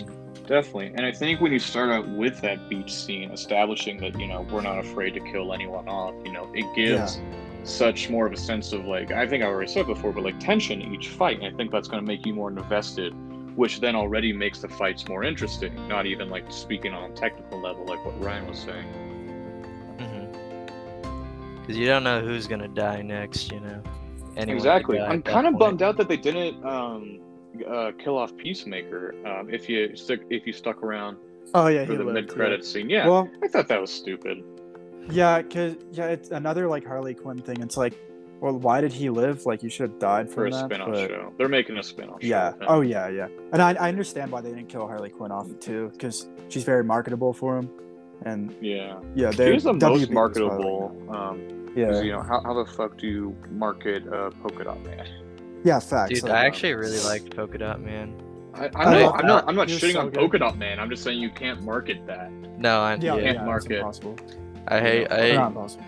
Speaker 2: Definitely. And I think when you start out with that beach scene, establishing that, you know, we're not afraid to kill anyone off, you know, it gives such more of a sense of like, I think I already said before, but like tension in each fight. And I think that's going to make you more invested, which then already makes the fights more interesting, not even like speaking on a technical level, like what Ryan was saying.
Speaker 3: Because
Speaker 2: Mm-hmm.
Speaker 3: you don't know who's gonna die next, you know. Anyone could
Speaker 2: exactly.
Speaker 3: die
Speaker 2: I'm
Speaker 3: at that
Speaker 2: kind of
Speaker 3: point.
Speaker 2: bummed out that they didn't um, uh, kill off Peacemaker um, if you stuck if you stuck around
Speaker 1: Oh yeah,
Speaker 2: for
Speaker 1: he
Speaker 2: the
Speaker 1: lived,
Speaker 2: mid
Speaker 1: yeah.
Speaker 2: credit scene. Yeah,
Speaker 1: Well,
Speaker 2: I thought that was stupid.
Speaker 1: Yeah, cause yeah, it's another like Harley Quinn thing. It's like, well, why did he live? Like, you should have died
Speaker 2: for
Speaker 1: from
Speaker 2: a
Speaker 1: that.
Speaker 2: spin-off
Speaker 1: but-
Speaker 2: show. They're making a spin-off
Speaker 1: Yeah.
Speaker 2: show.
Speaker 1: Oh yeah, yeah. And I, I understand why they didn't kill Harley Quinn off too, because she's very marketable for him. And
Speaker 2: yeah.
Speaker 1: yeah,
Speaker 2: He
Speaker 1: they're
Speaker 2: was the
Speaker 1: WB was
Speaker 2: most
Speaker 1: probably-
Speaker 2: marketable. Um, 'cause,
Speaker 1: Yeah.
Speaker 2: you know, how, how the fuck do you market uh, Polka Dot Man?
Speaker 1: Yeah. Facts.
Speaker 3: Dude,
Speaker 1: like,
Speaker 3: I actually really liked Polka Dot Man.
Speaker 2: I,
Speaker 1: I
Speaker 2: I know,
Speaker 1: love
Speaker 2: I'm not, I'm not
Speaker 1: He was
Speaker 2: shitting
Speaker 1: so
Speaker 2: on
Speaker 1: good.
Speaker 2: Polka Dot Man. I'm just saying you can't market that.
Speaker 3: No, I
Speaker 1: yeah,
Speaker 3: yeah,
Speaker 1: yeah,
Speaker 2: can't
Speaker 1: it's
Speaker 2: market.
Speaker 1: impossible.
Speaker 3: I hate I
Speaker 1: Not impossible.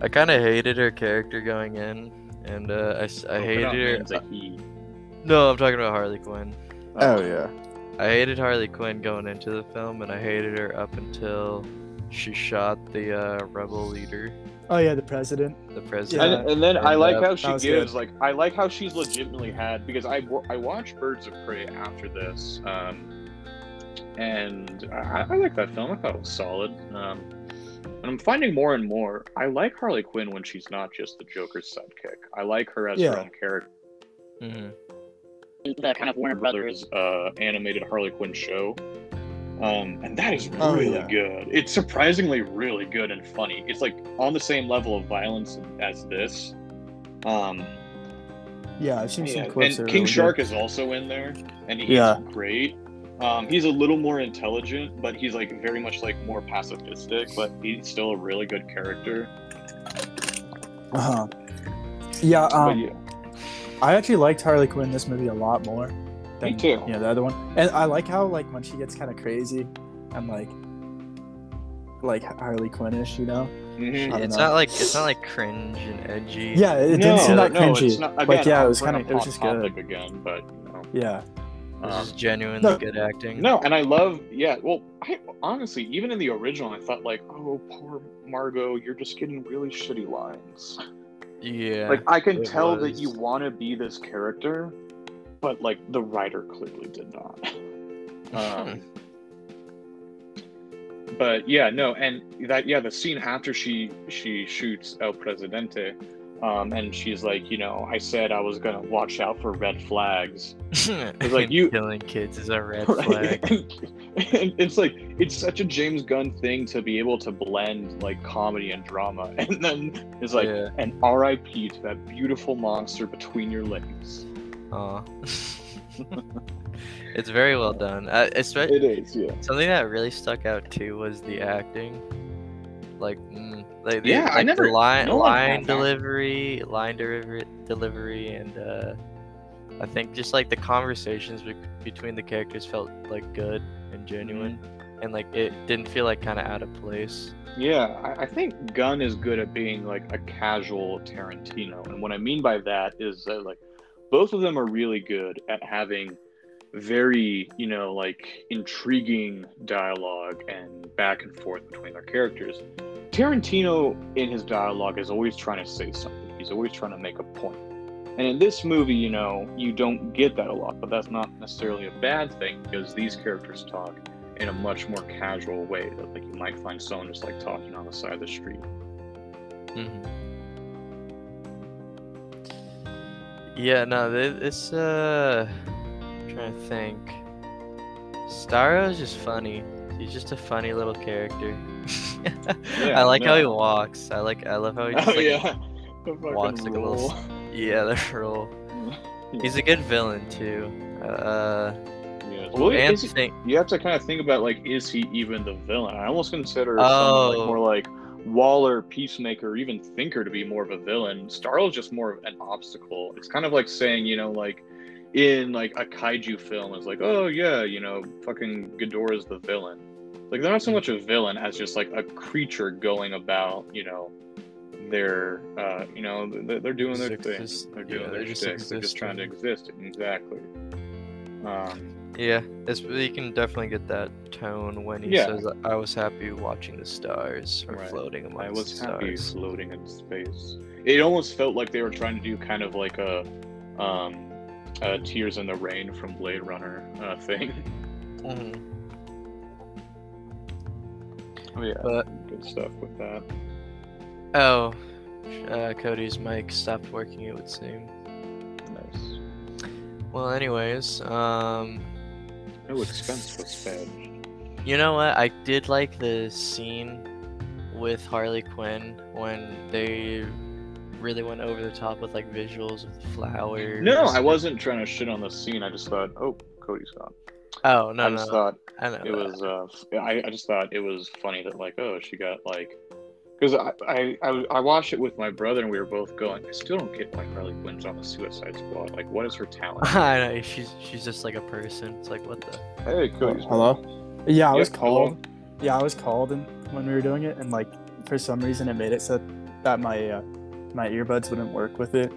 Speaker 3: I kind of hated her character going in, and uh, I s- I
Speaker 2: Polka Dot
Speaker 3: hated
Speaker 2: Man's
Speaker 3: her.
Speaker 2: a he. Uh,
Speaker 3: No, I'm talking about Harley Quinn.
Speaker 1: Oh yeah.
Speaker 3: I hated Harley Quinn going into the film, and I hated her up until she shot the uh, rebel leader,
Speaker 1: Oh yeah, the president.
Speaker 3: the
Speaker 2: And,
Speaker 3: president.
Speaker 1: Yeah.
Speaker 2: and then I
Speaker 3: And,
Speaker 2: like
Speaker 3: uh,
Speaker 2: how
Speaker 1: that
Speaker 2: she
Speaker 1: was
Speaker 2: gives like I like how she's legitimately had because I wa- I watched Birds of Prey after this, um, and I, I like that film. I thought it was solid. Um, and I'm finding more and more I like Harley Quinn when she's not just the Joker's sidekick. I like her as her
Speaker 1: Yeah.
Speaker 2: own character.
Speaker 3: Mhm.
Speaker 4: The kind of Warner Brothers.
Speaker 2: uh, animated Harley Quinn show. Um, and that is
Speaker 1: Oh,
Speaker 2: really
Speaker 1: yeah.
Speaker 2: good. It's surprisingly really good and funny. It's like on the same level of violence as this. Um,
Speaker 1: Yeah, I've seen
Speaker 2: Yeah,
Speaker 1: some clips. that
Speaker 2: and
Speaker 1: are
Speaker 2: King
Speaker 1: really
Speaker 2: Shark is also in there, and he's
Speaker 1: Yeah.
Speaker 2: great. Um, he's a little more intelligent, but he's like very much like more pacifistic, but he's still a really good character.
Speaker 1: good. Uh-huh. Yeah,
Speaker 2: But
Speaker 1: um,
Speaker 2: yeah,
Speaker 1: I actually liked Harley Quinn in this movie a lot more than
Speaker 2: me too.
Speaker 1: you know the other one. And I like how like when she gets kind of crazy and like like Harley Quinnish, you know?
Speaker 2: Mhm.
Speaker 1: I don't
Speaker 3: It's
Speaker 1: know.
Speaker 3: not like it's not like cringe and edgy.
Speaker 1: Yeah, it it
Speaker 2: no,
Speaker 1: didn't seem that
Speaker 2: no,
Speaker 1: cringy.
Speaker 2: it's not. Again,
Speaker 1: like yeah, it
Speaker 2: I'm
Speaker 1: was kind
Speaker 2: bringing
Speaker 1: of it was
Speaker 2: up
Speaker 1: just
Speaker 2: Hot
Speaker 1: good.
Speaker 2: Topic again, but you know,
Speaker 1: Yeah,
Speaker 3: This
Speaker 2: um,
Speaker 3: is genuinely
Speaker 1: no.
Speaker 3: good acting.
Speaker 2: No, and I love, yeah. Well, I honestly, even in the original, I thought like, oh, poor Margot, you're just getting really shitty lines.
Speaker 3: Yeah. (laughs)
Speaker 2: like I can
Speaker 3: it
Speaker 2: tell that
Speaker 3: was.
Speaker 2: you want to be this character, but like the writer clearly did not. Um, but yeah, no, and that yeah, the scene after she she shoots El Presidente, um, and she's like, you know, I said I was gonna watch out for red flags,
Speaker 3: it's
Speaker 2: like you-
Speaker 3: killing kids is a
Speaker 2: (laughs)
Speaker 3: red
Speaker 2: Right?
Speaker 3: flag.
Speaker 2: and it's like it's such a James Gunn thing to be able to blend like comedy and drama, (laughs) and then it's like
Speaker 3: Yeah.
Speaker 2: an R.I.P. to that beautiful monster between your legs.
Speaker 3: Aw. (laughs) it's very well done. Uh, especially
Speaker 2: is, yeah.
Speaker 3: something that really stuck out too was the acting. Like, mm, like the,
Speaker 2: Yeah, I
Speaker 3: like the
Speaker 2: never-
Speaker 3: line
Speaker 2: no one had
Speaker 3: line
Speaker 2: that.
Speaker 3: delivery, line delivery, delivery, and uh, I think just like the conversations be- between the characters felt like good and genuine,
Speaker 2: Mm-hmm.
Speaker 3: and like it didn't feel like kind of out of place.
Speaker 2: Yeah, I, I think Gunn is good at being like a casual Tarantino, and what I mean by that is that like both of them are really good at having very you know like intriguing dialogue and back and forth between their characters. Tarantino in his dialogue is always trying to say something. He's always trying to make a point. And in this movie, you know, you don't get that a lot, but that's not necessarily a bad thing because these characters talk in a much more casual way that like you might find someone just like talking on the side of the street.
Speaker 3: Mm-hmm. Yeah, no, th- it's uh, I'm trying to think. Starro is just funny. He's just a funny
Speaker 2: (laughs)
Speaker 3: little character.
Speaker 2: Yeah, Oh,
Speaker 3: I like how he
Speaker 2: no.
Speaker 3: walks. I like. I love how
Speaker 2: (laughs)
Speaker 3: he just like, walks like a little. Yeah, the (laughs)
Speaker 2: (laughs)
Speaker 3: roll. He's a good villain too. Uh,
Speaker 2: Yeah.
Speaker 3: ooh,
Speaker 2: Well,
Speaker 3: and
Speaker 2: is he-
Speaker 3: think.
Speaker 2: you have to kind of think about like, is he even the villain? I almost consider someone
Speaker 3: Oh.
Speaker 2: like, more like Waller, Peacemaker, even Thinker to be more of a villain. Starro's just more of an obstacle. It's kind of like saying, you know, like in like a kaiju film, it's like, oh yeah, you know, fucking Ghidorah's the villain. Like they're not so much a villain as just like a creature going about, you know, their, uh, you know, they're, they're doing their
Speaker 3: Just
Speaker 2: thing.
Speaker 3: exist-
Speaker 2: they're doing
Speaker 3: yeah,
Speaker 2: their
Speaker 3: they're just
Speaker 2: shtick. They're just trying to exist. Exactly. Um,
Speaker 3: Yeah, it's, you can definitely get that tone when he
Speaker 2: Yeah.
Speaker 3: says, "I was happy watching the stars or
Speaker 2: Right.
Speaker 3: floating amongst
Speaker 2: I was
Speaker 3: the
Speaker 2: happy
Speaker 3: stars."
Speaker 2: floating in space. It almost felt like they were trying to do kind of like a, um, a Tears in the Rain from Blade Runner uh,
Speaker 3: (laughs)
Speaker 2: thing.
Speaker 3: Mhm.
Speaker 2: Oh yeah,
Speaker 3: But
Speaker 2: good stuff with that.
Speaker 3: oh, uh, Cody's mic stopped working. It would seem.
Speaker 2: Nice.
Speaker 3: Well, anyways, um,
Speaker 2: No expense was spared.
Speaker 3: You know what? I did like the scene with Harley Quinn when they really went over the top with like visuals of the flowers.
Speaker 2: No, I wasn't trying to shit on the scene. I just thought, oh, Cody's gone.
Speaker 3: Oh no,
Speaker 2: I just
Speaker 3: no,
Speaker 2: thought
Speaker 3: I know.
Speaker 2: it was uh f- I, I just thought it was funny that like oh she got like because I, I i I watched it with my brother and we were both going i still don't get why harley quinn's on the suicide squad like what is her talent
Speaker 3: (laughs) I know. She's she's just like a person. It's like what the.
Speaker 2: hey Cody's
Speaker 1: Hello? Yeah, I
Speaker 2: Yeah,
Speaker 1: was
Speaker 2: hello.
Speaker 1: called. Yeah, I was called and when we were doing it and like for some reason it made it so that my uh, my earbuds wouldn't work with it.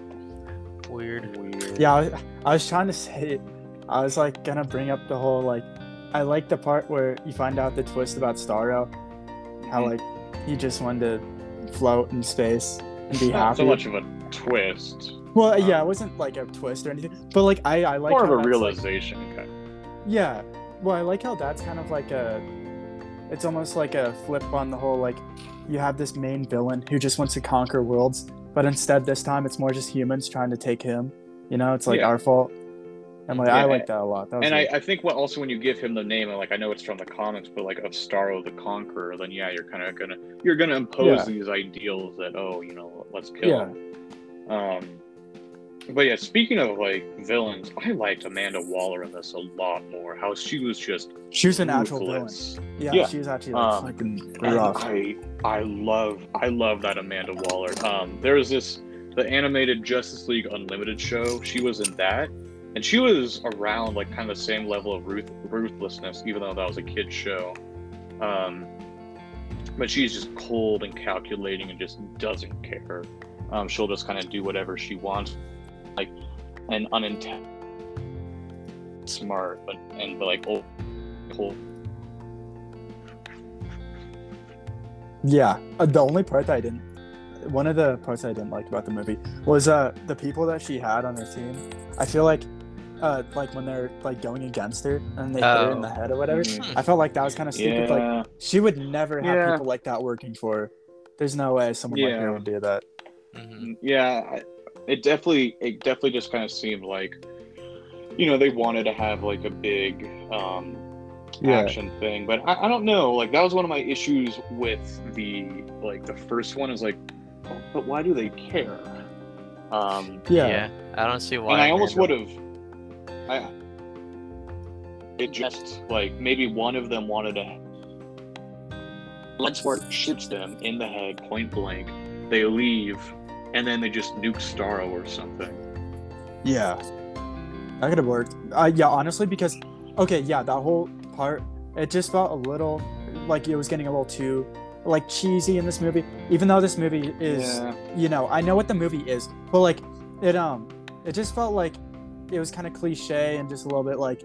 Speaker 3: Weird.
Speaker 2: weird
Speaker 1: Yeah, I, I was trying to say, I was like gonna bring up the whole like, I like the part where you find out the twist about Starro,
Speaker 2: Mm-hmm.
Speaker 1: how like he just wanted to float in space and be
Speaker 2: not
Speaker 1: happy.
Speaker 2: so much of a twist
Speaker 1: well, yeah, it wasn't like a twist or anything, but like I, I like
Speaker 2: more of
Speaker 1: how
Speaker 2: a
Speaker 1: that's, like-
Speaker 2: realization kind of
Speaker 1: yeah, well, I like how that's kind of like a, it's almost like a flip on the whole like, you have this main villain who just wants to conquer worlds, but instead this time it's more just humans trying to take him. You know, it's like
Speaker 2: Yeah.
Speaker 1: our fault. And like
Speaker 2: Yeah,
Speaker 1: I like that a lot. That was
Speaker 2: and
Speaker 1: really
Speaker 2: I, I think what also when you give him the name and like i know it's from the comics but like of starro the conqueror then yeah you're kind of gonna you're gonna impose
Speaker 1: Yeah.
Speaker 2: these ideals that oh you know let's kill
Speaker 1: Yeah.
Speaker 2: him um But yeah, speaking of like villains, I liked Amanda Waller in this a lot more. How she was just
Speaker 1: She was an actual villain.
Speaker 2: ruthless.
Speaker 1: Yeah,
Speaker 2: Yeah.
Speaker 1: she was actually like
Speaker 2: Um,
Speaker 1: fucking
Speaker 2: And
Speaker 1: rough.
Speaker 2: I I love I love that Amanda Waller. Um, there was this the animated Justice League Unlimited show. She was in that, and she was around like kind of the same level of ruth- ruthlessness, even though that was a kid show. Um, but she's just cold and calculating and just doesn't care. Um, she'll just kind of do whatever she wants, like an unintentional smart, but and but like old cold
Speaker 1: Yeah, uh, the only part that I didn't, one of the parts I didn't like about the movie was uh the people that she had on her team. I feel like, uh, like when they're like going against her and they hit her in the
Speaker 3: Oh.
Speaker 1: head or whatever.
Speaker 2: Mhm.
Speaker 1: I felt like that was kind of stupid. Like
Speaker 2: Yeah.
Speaker 1: she would never have
Speaker 2: Yeah.
Speaker 1: people like that working for her. There's no way someone like
Speaker 2: Yeah.
Speaker 1: her would do that.
Speaker 3: Mhm.
Speaker 2: yeah I- it definitely it definitely just kind of seemed like you know they wanted to have like a big um action thing but I, I don't know like that was one of my issues with the like the first one is like oh, but why do they care um
Speaker 1: yeah,
Speaker 3: I don't see why.
Speaker 2: and uh, i almost would
Speaker 3: Amanda-
Speaker 2: have i it just like maybe one of them wanted to Bloodsport shoots them in the head point blank they leave and then they just nuke starro or something
Speaker 1: Yeah. That could have worked. Uh, yeah, honestly, because, okay, yeah, that whole part, it just felt a little like it was getting a little too, like, cheesy in this movie. Even though this movie is,
Speaker 2: yeah.
Speaker 1: you know, I know what the movie is, but, like, it, um, it just felt like it was kind of cliche and just a little bit like,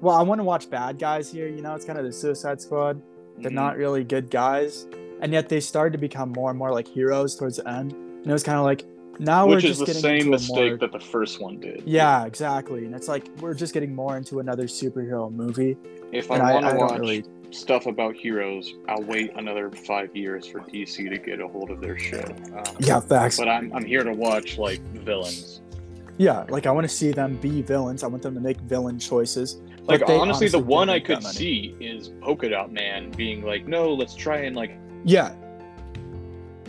Speaker 1: well, I want to watch bad guys here, you know, it's kind of the Suicide Squad.
Speaker 2: Mm-hmm.
Speaker 1: They're not really good guys. And yet they started to become more and more like heroes towards the end. And it was kind of like, now
Speaker 2: which
Speaker 1: we're just
Speaker 2: is the
Speaker 1: getting
Speaker 2: same
Speaker 1: into a more-
Speaker 2: mistake that the first one did
Speaker 1: yeah, exactly. And it's like we're just getting more into another superhero movie.
Speaker 2: if i
Speaker 1: And I,
Speaker 2: want
Speaker 1: I
Speaker 2: to
Speaker 1: don't
Speaker 2: watch
Speaker 1: really
Speaker 2: stuff about heroes i'll wait another five years for dc to get a hold of their shit um,
Speaker 1: Yeah, facts.
Speaker 2: but I'm, I'm here to watch like villains
Speaker 1: Yeah, like I want to see them be villains. I want them to make villain choices.
Speaker 2: like
Speaker 1: But they
Speaker 2: honestly, the
Speaker 1: honestly
Speaker 2: one
Speaker 1: didn't
Speaker 2: i
Speaker 1: make that
Speaker 2: could
Speaker 1: many.
Speaker 2: see is polka dot man being like no let's try and like
Speaker 1: Yeah.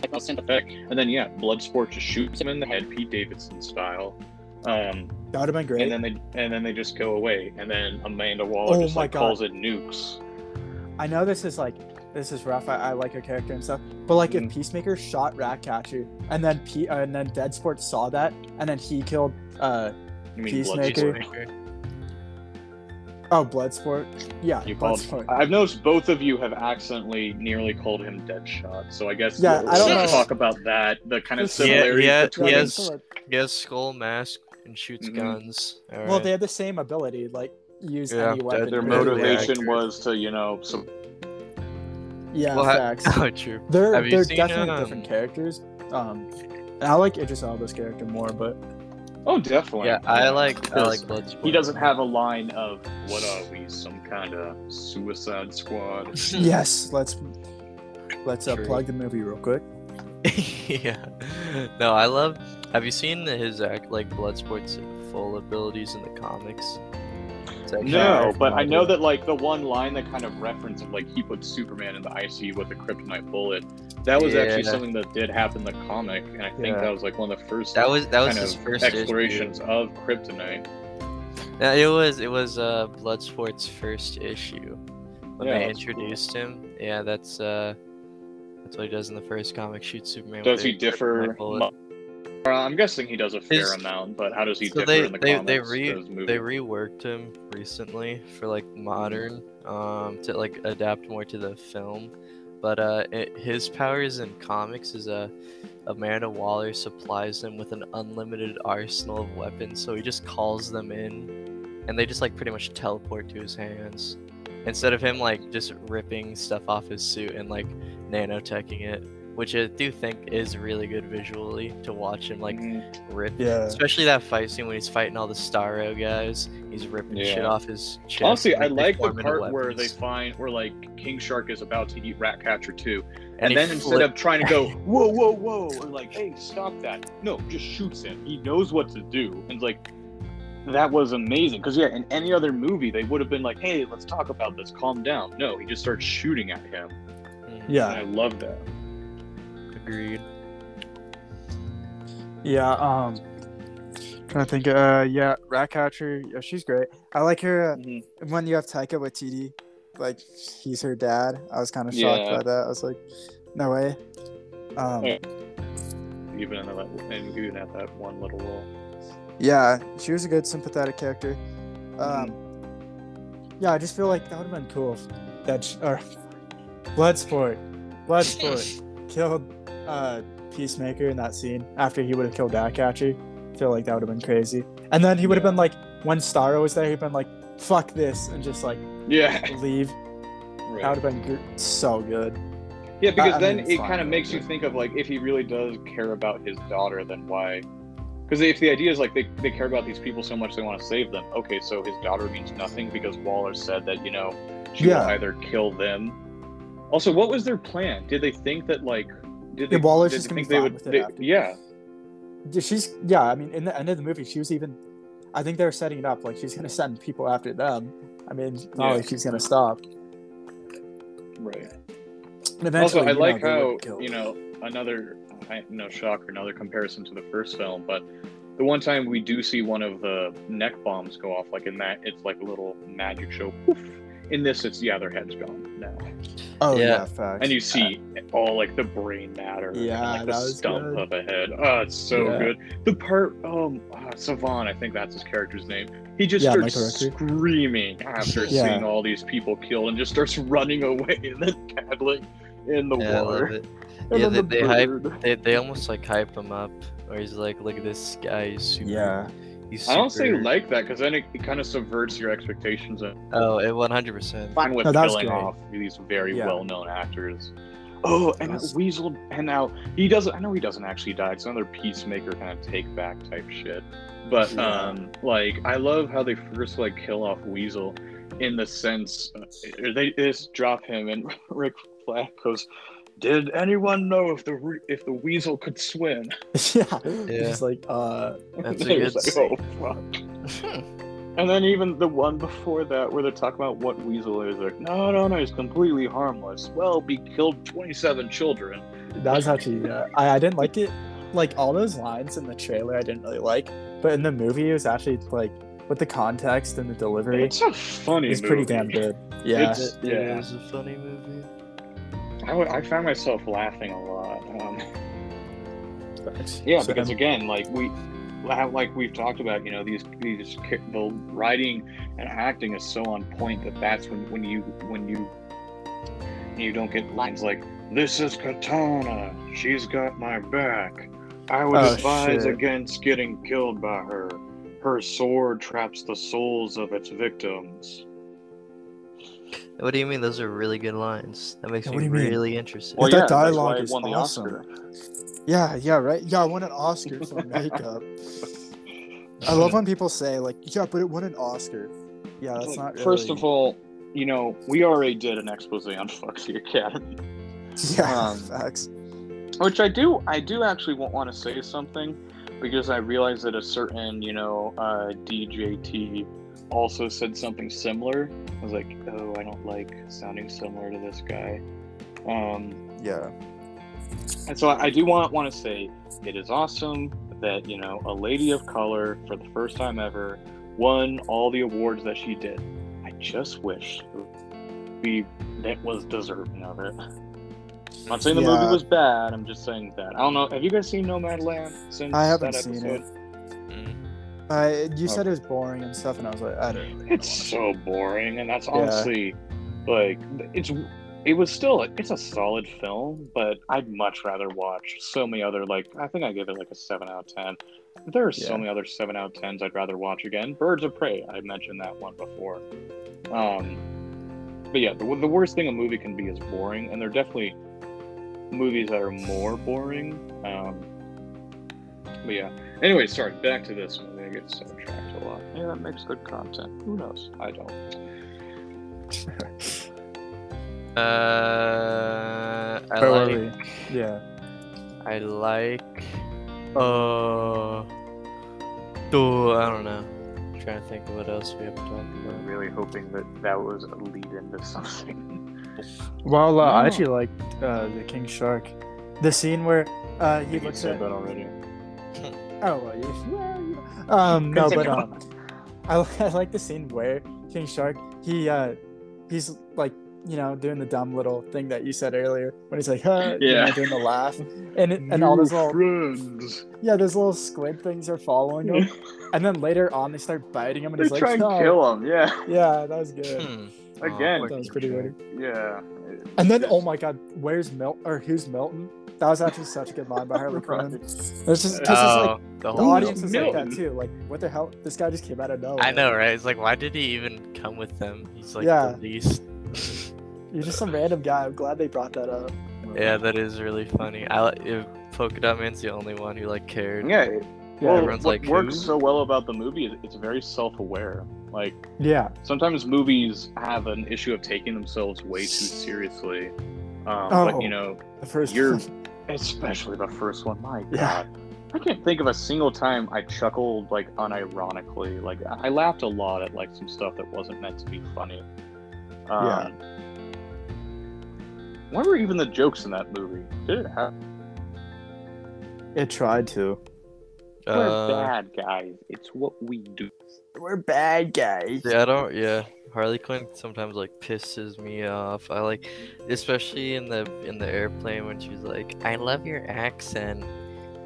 Speaker 4: Like, most sympathetic.
Speaker 2: effect and then yeah bloodsport just shoots him in the head pete davidson style um
Speaker 1: That would have been great.
Speaker 2: and then they and then they just go away and then amanda waller
Speaker 1: Oh
Speaker 2: just
Speaker 1: my
Speaker 2: like
Speaker 1: God.
Speaker 2: calls it nukes
Speaker 1: I know this is like this is rough. I, I like her character and stuff, but like
Speaker 2: Mhm.
Speaker 1: if Peacemaker shot Ratcatcher and then P- uh, and then Deadsport saw that and then he killed uh
Speaker 2: i mean
Speaker 1: Peacemaker.
Speaker 2: bloodsport
Speaker 1: oh Bloodsport. Yeah,
Speaker 2: you called
Speaker 1: Bloodsport.
Speaker 2: i've noticed both of you have accidentally nearly called him deadshot so i guess
Speaker 1: Yeah,
Speaker 2: we'll,
Speaker 1: I don't
Speaker 2: we'll
Speaker 1: know.
Speaker 2: talk about that the kind of
Speaker 1: Yeah,
Speaker 2: similarities
Speaker 3: yeah,
Speaker 2: between
Speaker 3: yes. He has skull mask and shoots
Speaker 2: Mhm.
Speaker 3: guns. All
Speaker 1: Well,
Speaker 3: right.
Speaker 1: they have the same ability. Like use
Speaker 3: Yeah,
Speaker 1: any
Speaker 3: their-
Speaker 1: weapon.
Speaker 2: their
Speaker 1: really.
Speaker 2: motivation
Speaker 3: accurate.
Speaker 2: was to you know so
Speaker 1: Yeah,
Speaker 3: Well, ha-
Speaker 1: facts.
Speaker 3: (laughs) Oh, true.
Speaker 1: They're
Speaker 3: Have you
Speaker 1: they're
Speaker 3: seen,
Speaker 1: definitely
Speaker 3: um,
Speaker 1: different characters. Um, and I like Idris Elba's character more, but
Speaker 2: oh definitely
Speaker 3: Yeah, I like I like
Speaker 2: Because
Speaker 3: Bloodsport.
Speaker 2: he
Speaker 3: (laughs)
Speaker 2: doesn't have a line of what are we some kind of suicide squad
Speaker 1: yes, let's let's uh,
Speaker 3: True.
Speaker 1: plug the movie real quick.
Speaker 3: yeah. No, I love. Have you seen his act like Bloodsport's full abilities in the comics? It's actually-
Speaker 2: No,
Speaker 1: have
Speaker 2: but
Speaker 1: no
Speaker 2: I know
Speaker 1: idea.
Speaker 2: that like the one line that kind of referenced of like he put Superman in the IC with a kryptonite bullet. That was actually
Speaker 3: Yeah.
Speaker 2: something that did happen in the comic, and I think
Speaker 3: Yeah.
Speaker 2: that was like one of the first
Speaker 3: that was that was
Speaker 2: kind
Speaker 3: his
Speaker 2: of
Speaker 3: first issue.
Speaker 2: explorations of kryptonite.
Speaker 3: No, it was it was uh Bloodsport's first issue when
Speaker 2: Yeah,
Speaker 3: they
Speaker 2: that's cool.
Speaker 3: introduced him. Yeah, that's uh that's what he does in the first comic. Shoots Superman.
Speaker 2: Does
Speaker 3: with
Speaker 2: he
Speaker 3: a
Speaker 2: differ?
Speaker 3: kryptonite bullet.
Speaker 2: mu- Uh, I'm guessing he does a fair
Speaker 3: His-
Speaker 2: amount, but how does he
Speaker 3: so
Speaker 2: differ
Speaker 3: they-
Speaker 2: in the
Speaker 3: they-
Speaker 2: comics?
Speaker 3: they re-
Speaker 2: versus movie?
Speaker 3: They reworked him recently for like modern, um, to like adapt more to the film. But uh, it, his powers in comics is uh, Amanda Waller supplies him with an unlimited arsenal of weapons, so he just calls them in, and they just like pretty much teleport to his hands. Instead of him like just ripping stuff off his suit and like nanoteching it, which I do think is really good visually to watch him like
Speaker 2: Mhm.
Speaker 3: rip
Speaker 1: Yeah,
Speaker 3: Especially that fight scene when he's fighting all the Starro guys. He's ripping shit
Speaker 2: Yeah.
Speaker 3: off his chest.
Speaker 2: Honestly,
Speaker 3: and
Speaker 2: I
Speaker 3: they
Speaker 2: like the
Speaker 3: form into
Speaker 2: part where they
Speaker 3: weapons.
Speaker 2: find where like King Shark is about to eat Ratcatcher too,
Speaker 3: he
Speaker 2: and, then instead
Speaker 3: flip-
Speaker 2: of trying to go whoa whoa whoa or like hey stop that no just shoots him he knows what to do and it's like that was amazing because yeah in any other movie they would have been like hey let's talk about this calm down no he just starts shooting at him
Speaker 3: Mm,
Speaker 2: and
Speaker 1: yeah,
Speaker 2: i love that
Speaker 3: agreed.
Speaker 1: yeah. Um, Trying to think. Uh, yeah, Ratcatcher. Yeah, she's great. I like her uh,
Speaker 2: Mhm.
Speaker 1: when you have Taika Waititi. Like he's her dad. I was kind of shocked
Speaker 2: Yeah.
Speaker 1: by that. I was like, no way. Um,
Speaker 2: Yeah. Even at that, and even at that one little role.
Speaker 1: Yeah, she was a good sympathetic character. Um, yeah, I just feel like that would have been cool. If that sh- or (laughs) Bloodsport, Bloodsport killed uh, Peacemaker in that scene after he would have killed Ratcatcher. I feel like that would have been crazy. And then he would have
Speaker 2: Yeah.
Speaker 1: been like, when Starro was there, he'd been like, "Fuck this," and just like
Speaker 2: Yeah. (laughs)
Speaker 1: leave.
Speaker 2: Right.
Speaker 1: That would have been gr- so good.
Speaker 2: Yeah, because
Speaker 1: I
Speaker 2: then
Speaker 1: mean, it's
Speaker 2: it
Speaker 1: fine,
Speaker 2: kind of
Speaker 1: but-
Speaker 2: makes you think of like if he really does care about his daughter, then why? Because if the idea is like they, they care about these people so much they want to save them, okay, so his daughter means nothing because Waller said that you know she
Speaker 1: Yeah.
Speaker 2: will either kill them. Also, what was their plan? Did they think that like did they,
Speaker 1: Yeah, Waller's
Speaker 2: did
Speaker 1: just
Speaker 2: they
Speaker 1: gonna
Speaker 2: think
Speaker 1: be
Speaker 2: they
Speaker 1: fine
Speaker 2: would?
Speaker 1: with it
Speaker 2: they-
Speaker 1: after.
Speaker 2: yeah,
Speaker 1: Yeah, She's yeah. I mean, in the end of the movie, she was even. I think they were setting it up like she's gonna send people after them. I mean, it's not
Speaker 2: Yeah.
Speaker 1: like she's gonna stop.
Speaker 2: right.
Speaker 1: And eventually,
Speaker 2: also, I
Speaker 1: you
Speaker 2: like
Speaker 1: know, they would
Speaker 2: how
Speaker 1: kill.
Speaker 2: you know another I, no shock or another comparison to the first film, but the one time we do see one of the neck bombs go off, like in that, it's like a little magic show. Poof. In this, it's yeah, their head's gone now,
Speaker 1: Oh
Speaker 3: Yeah.
Speaker 1: yeah, facts.
Speaker 2: and you see all like the brain matter, and,
Speaker 1: Yeah,
Speaker 2: like the
Speaker 1: that was
Speaker 2: stump
Speaker 1: good.
Speaker 2: of a head. Oh, it's so
Speaker 1: Yeah.
Speaker 2: good. The part, um, uh, Savant, I think that's his character's name. He just
Speaker 1: Yeah,
Speaker 2: starts
Speaker 1: Michael
Speaker 2: screaming
Speaker 1: (laughs)
Speaker 2: after
Speaker 1: Yeah.
Speaker 2: seeing all these people killed, and just starts running away and then (laughs) paddling in the
Speaker 3: Yeah, I
Speaker 2: water.
Speaker 3: love it. Yeah, they, they hype. They, they almost like hype him up, or he's like, look at this guy. He's super.
Speaker 1: Uh, yeah, (laughs)
Speaker 3: He's
Speaker 2: I don't say
Speaker 3: super-
Speaker 2: like that because then it, it kind of subverts your expectations. And
Speaker 3: Oh, it 100. percent
Speaker 2: fine with
Speaker 1: No, that's
Speaker 2: killing
Speaker 1: great.
Speaker 2: off these very
Speaker 1: Yeah.
Speaker 2: well-known actors. Oh, and
Speaker 1: That's-
Speaker 2: Weasel, and now he doesn't. I know he doesn't actually die. It's another peacemaker kind of take back type shit. But
Speaker 1: Yeah.
Speaker 2: um, like, I love how they first like kill off Weasel, in the sense uh, they just drop him, and (laughs) Rick Flag goes, "Did anyone know if the re- if the Weasel could swim?"
Speaker 1: yeah. It's just like uh,
Speaker 2: (laughs)
Speaker 3: That's
Speaker 2: And
Speaker 3: a
Speaker 2: I
Speaker 3: good
Speaker 2: was
Speaker 3: scene.
Speaker 2: oh, fuck.
Speaker 3: (laughs)
Speaker 2: And then even the one before that, where they're talking about what Weasel is, like, no, no, no, he's completely harmless. Well, we killed 27 children.
Speaker 1: that was actually. Yeah, I, I didn't like it. Like all those lines in the trailer, I didn't really like. But in the movie, it was actually like with the context and the delivery,
Speaker 2: It's a funny
Speaker 1: it's
Speaker 2: movie.
Speaker 1: pretty damn good. Yeah,
Speaker 2: (laughs) It's-
Speaker 3: It- it
Speaker 2: yeah.
Speaker 3: is a funny movie.
Speaker 2: I, would- I found myself laughing a lot. Um, yeah,
Speaker 1: So
Speaker 2: because
Speaker 1: then-
Speaker 2: again, like we, la- like we've talked about, you know, these these ca- the writing and acting is so on point that that's when when you when you you don't get lines like "This is Katana, she's got my back." I would
Speaker 1: Oh,
Speaker 2: advise
Speaker 1: shit.
Speaker 2: against getting killed by her. Her sword traps the souls of its victims.
Speaker 3: What do you mean? Those are really good lines. That makes
Speaker 1: Yeah, what
Speaker 3: me
Speaker 1: do you mean?
Speaker 3: really interested.
Speaker 1: Well,
Speaker 2: yeah,
Speaker 1: that
Speaker 2: that's why
Speaker 1: dialogue
Speaker 2: it
Speaker 1: is
Speaker 2: won the
Speaker 1: awesome.
Speaker 2: Oscar.
Speaker 1: yeah, yeah, right. Yeah, I won an Oscar
Speaker 2: (laughs)
Speaker 1: for makeup. I love when people say like, yeah, but it won an Oscar. Yeah, that's
Speaker 2: Like,
Speaker 1: not.
Speaker 2: First
Speaker 1: really-
Speaker 2: of all, you know, we already did an expose on (laughs) Fuck the Academy.
Speaker 1: (laughs) yeah,
Speaker 2: um,
Speaker 1: facts.
Speaker 2: which I do, I do actually want to say something because I realized that a certain, you know, uh, DJT also said something similar. I was like, oh, I don't like sounding similar to this guy. Um,
Speaker 1: Yeah,
Speaker 2: and so I, I do want want to say it is awesome that you know a lady of color for the first time ever won all the awards that she did. I just wish we that was deserving of it. I'm not saying the
Speaker 1: Yeah.
Speaker 2: movie was bad. I'm just saying that I don't know. Have you guys seen Nomadland since
Speaker 1: I haven't
Speaker 2: that
Speaker 1: seen
Speaker 2: episode?
Speaker 1: it.
Speaker 3: Mm.
Speaker 1: I you
Speaker 2: Oh.
Speaker 1: said it was boring and stuff, and I was like, I don't. Really
Speaker 2: (laughs) It's so boring, and that's
Speaker 1: Yeah.
Speaker 2: honestly like it's it was still it's a solid film, but I'd much rather watch so many other like I think I gave it like a seven out of ten. There are so
Speaker 1: Yeah.
Speaker 2: many other seven out of tens I'd rather watch again. Birds of Prey, I mentioned that one before. Um, but yeah, the, the worst thing a movie can be is boring, and there are definitely movies that are more boring. Um, but yeah. Anyway, sorry. Back to this movie. I get sidetracked a lot. Yeah, that makes good content. Who knows? I don't.
Speaker 3: Uh, I
Speaker 1: Where were
Speaker 3: like.
Speaker 1: we? Yeah.
Speaker 3: I like. Uh. Duh, I don't know. I'm trying to think of what else we haven't talked
Speaker 2: I'm
Speaker 3: about.
Speaker 2: really hoping that that was a lead into (laughs) something.
Speaker 1: Well, uh,
Speaker 2: No.
Speaker 1: I actually liked uh, the King Shark. The scene where uh, he looks at
Speaker 2: that already.
Speaker 1: Oh well, you, well, you- um, no, but um, I, li- I (laughs) like the scene where King Shark he uh he's like you know doing the dumb little thing that you said earlier when he's like huh you
Speaker 2: Yeah.
Speaker 1: know, doing the laugh and it, (laughs) and all
Speaker 2: New
Speaker 1: those little
Speaker 2: friends.
Speaker 1: yeah those little squid things are following
Speaker 2: (laughs)
Speaker 1: him and then later on they start biting him and
Speaker 2: They
Speaker 1: he's like
Speaker 2: try and
Speaker 1: "No."
Speaker 2: kill him. Yeah,
Speaker 1: yeah that was good
Speaker 3: Hmm.
Speaker 2: (laughs) Again.
Speaker 1: that was pretty weird
Speaker 2: yeah.
Speaker 1: and then
Speaker 2: (laughs)
Speaker 1: oh my god where's Milton or who's Milton that was actually such a good line by
Speaker 2: (laughs)
Speaker 1: Harley Quinn there's just because
Speaker 3: Oh,
Speaker 1: like the
Speaker 3: the whole
Speaker 1: audience is like
Speaker 2: Milton.
Speaker 1: that too like what the hell this guy just came out of nowhere
Speaker 3: I know, right? It's like, why did he even come with them? He's like
Speaker 1: Yeah.
Speaker 3: the least.
Speaker 1: You're just some random guy. I'm glad they brought that up.
Speaker 3: yeah, that is really funny. I like if Polka Dot Man's the only one who like cared.
Speaker 2: Yeah.
Speaker 1: Yeah.
Speaker 2: well,
Speaker 3: everyone's
Speaker 2: what
Speaker 3: like, who?
Speaker 2: works so well about the movie is it's very self-aware. Like
Speaker 1: Yeah.
Speaker 2: sometimes movies have an issue of taking themselves way too seriously. Um,
Speaker 1: Oh.
Speaker 2: But you know,
Speaker 1: The first (laughs)
Speaker 2: You're- especially the first one. My
Speaker 1: Yeah.
Speaker 2: God, I can't think of a single time I chuckled like unironically. Like I laughed a lot at like some stuff that wasn't meant to be funny. Um,
Speaker 1: Yeah.
Speaker 2: What were even the jokes in that movie? Did it have?
Speaker 1: it tried to.
Speaker 2: We're
Speaker 3: Uh,
Speaker 2: bad guys. It's what we do.
Speaker 1: We're bad guys.
Speaker 3: yeah, I don't. Yeah, Harley Quinn sometimes like pisses me off. I like, especially in the in the airplane when she's like, "I love your accent,"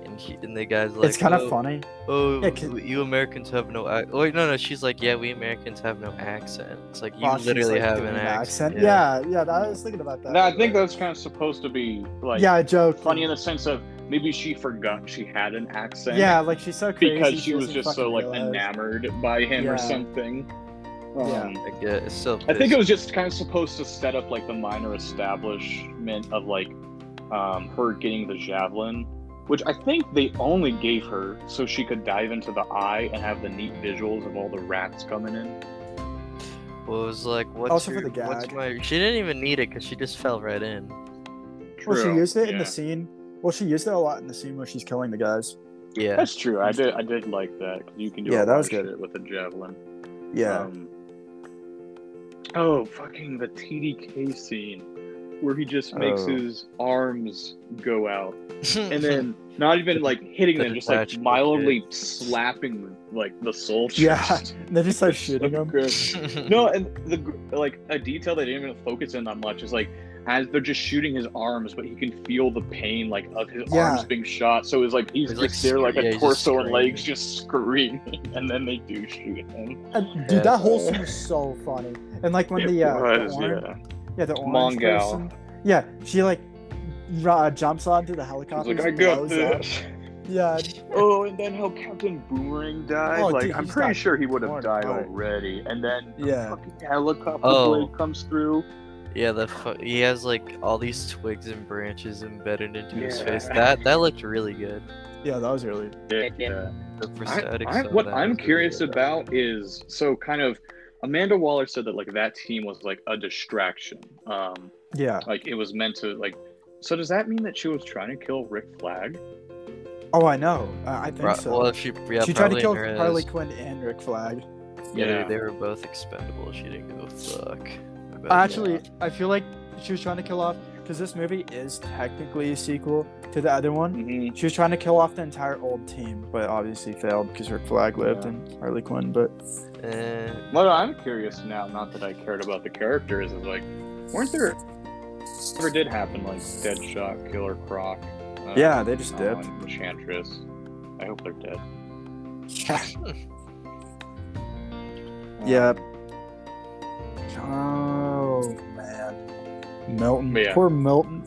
Speaker 3: and he, and the guy's like,
Speaker 1: it's kind of
Speaker 3: "Oh,
Speaker 1: funny.
Speaker 3: Oh,
Speaker 1: Yeah, 'cause-
Speaker 3: you Americans have no. Ac-. Oh, wait, no, no. She's like, yeah, we Americans have no accent. It's like you
Speaker 1: While she's,
Speaker 3: literally
Speaker 1: like,
Speaker 3: have
Speaker 1: doing
Speaker 3: an accent.
Speaker 1: Yeah. yeah, that- I was thinking about that.
Speaker 2: No, I think that's kind of supposed to be like
Speaker 1: yeah, I joke.
Speaker 2: funny in the sense of maybe she forgot she had an accent.
Speaker 1: Yeah, like she's so crazy.
Speaker 2: because she was
Speaker 1: doesn't
Speaker 2: just so
Speaker 1: fucking
Speaker 2: like
Speaker 1: realize.
Speaker 2: enamored by him
Speaker 1: Yeah.
Speaker 2: or something.
Speaker 1: Yeah.
Speaker 2: Um,
Speaker 3: I guess. It's so
Speaker 2: I think it
Speaker 3: pissed.
Speaker 2: was just kind of supposed to set up like the minor establishment of like um, her getting the javelin, which I think they only gave her so she could dive into the eye and have the neat visuals of all the rats coming in.
Speaker 3: Well, it was like, what's
Speaker 1: Also for
Speaker 3: your-
Speaker 1: the
Speaker 3: What's
Speaker 1: gag.
Speaker 3: my? She didn't even need it because she just fell right in.
Speaker 1: Well, Oh, she used it in
Speaker 2: Yeah.
Speaker 1: the scene. Well, she used it a lot in the scene where she's killing the guys.
Speaker 3: Yeah.
Speaker 2: That's true. I did. I did like that. 'cause You can do
Speaker 1: Yeah,
Speaker 2: a
Speaker 1: that
Speaker 2: lot
Speaker 1: was
Speaker 2: of
Speaker 1: good.
Speaker 2: shit with a javelin.
Speaker 1: Yeah.
Speaker 2: Um, oh, fucking the TDK scene where he just makes
Speaker 1: Oh.
Speaker 2: his arms go out (laughs) and
Speaker 3: (laughs)
Speaker 2: then not even like hitting them, just like
Speaker 3: Detachable
Speaker 2: mildly slapping like the soldiers.
Speaker 1: Yeah, (laughs) and they just start
Speaker 2: So
Speaker 1: shooting him.
Speaker 2: good. No, and the gr- like a detail they didn't even focus in on much is like as they're just shooting his arms, but he can feel the pain like of his
Speaker 1: Yeah.
Speaker 2: arms being shot. So it's like he's,
Speaker 3: He's, like,
Speaker 2: just there, like
Speaker 3: scre- yeah,
Speaker 2: a
Speaker 3: he's just
Speaker 2: torso and legs
Speaker 3: screaming.
Speaker 2: just screaming, (laughs) and then they do shoot him.
Speaker 1: And,
Speaker 3: Yeah.
Speaker 1: dude, that whole scene was so funny. And like when
Speaker 2: It
Speaker 1: the uh,
Speaker 2: was,
Speaker 1: the orange,
Speaker 2: yeah.
Speaker 1: yeah, the orange
Speaker 2: Mongal.
Speaker 1: person, yeah, she like ra- uh, jumps onto the
Speaker 2: He's
Speaker 1: helicopter.
Speaker 2: like,
Speaker 1: and
Speaker 2: I got
Speaker 1: blows up.
Speaker 2: this.
Speaker 1: Yeah,
Speaker 2: (laughs) Oh, and then how Captain Boomerang died.
Speaker 1: Oh,
Speaker 2: like,
Speaker 1: dude,
Speaker 2: I'm
Speaker 1: he's
Speaker 2: pretty
Speaker 1: got
Speaker 2: sure he would have
Speaker 1: torn
Speaker 2: died
Speaker 1: apart.
Speaker 2: already. And then
Speaker 1: yeah.
Speaker 2: fucking helicopter
Speaker 3: Oh.
Speaker 2: blade comes through.
Speaker 3: yeah, the fu- he has like all these twigs and branches embedded into his face.
Speaker 2: Yeah.
Speaker 3: That that looked really good.
Speaker 1: Yeah, that was really.
Speaker 4: Yeah.
Speaker 3: The
Speaker 2: I,
Speaker 3: prosthetics.
Speaker 2: I,
Speaker 3: of
Speaker 2: what
Speaker 3: that
Speaker 2: I'm
Speaker 3: was really
Speaker 2: curious
Speaker 3: good.
Speaker 2: about is so kind of Amanda Waller said that like that team was like a distraction. Um,
Speaker 1: Yeah.
Speaker 2: like it was meant to like. So does that mean that she was trying to kill Rick Flag?
Speaker 1: Oh, I know. I, I think
Speaker 3: Pro-
Speaker 1: so.
Speaker 3: Well, if she yeah,
Speaker 1: she tried to
Speaker 3: probably
Speaker 1: kill
Speaker 3: her
Speaker 1: Harley
Speaker 3: as-
Speaker 1: Quinn and Rick Flag.
Speaker 3: Yeah,
Speaker 2: Yeah.
Speaker 3: They, they were both expendable. She didn't give a fuck. about
Speaker 1: Actually,
Speaker 3: that.
Speaker 1: I feel like she was trying to kill off because this movie is technically a sequel to the other one.
Speaker 2: Mm-hmm.
Speaker 1: She was trying to kill off the entire old team, but obviously failed because Rick Flag lived
Speaker 2: Yeah.
Speaker 1: and Harley Quinn. But
Speaker 3: Eh,
Speaker 2: What I'm curious now, not that I cared about the characters, is like, weren't there ever did happen like Deadshot, Killer Croc? uh,
Speaker 1: yeah, they just
Speaker 2: um,
Speaker 1: dipped.
Speaker 2: Enchantress. I hope they're dead.
Speaker 1: yeah. Oh man, Milton.
Speaker 2: Yeah.
Speaker 1: Poor Milton.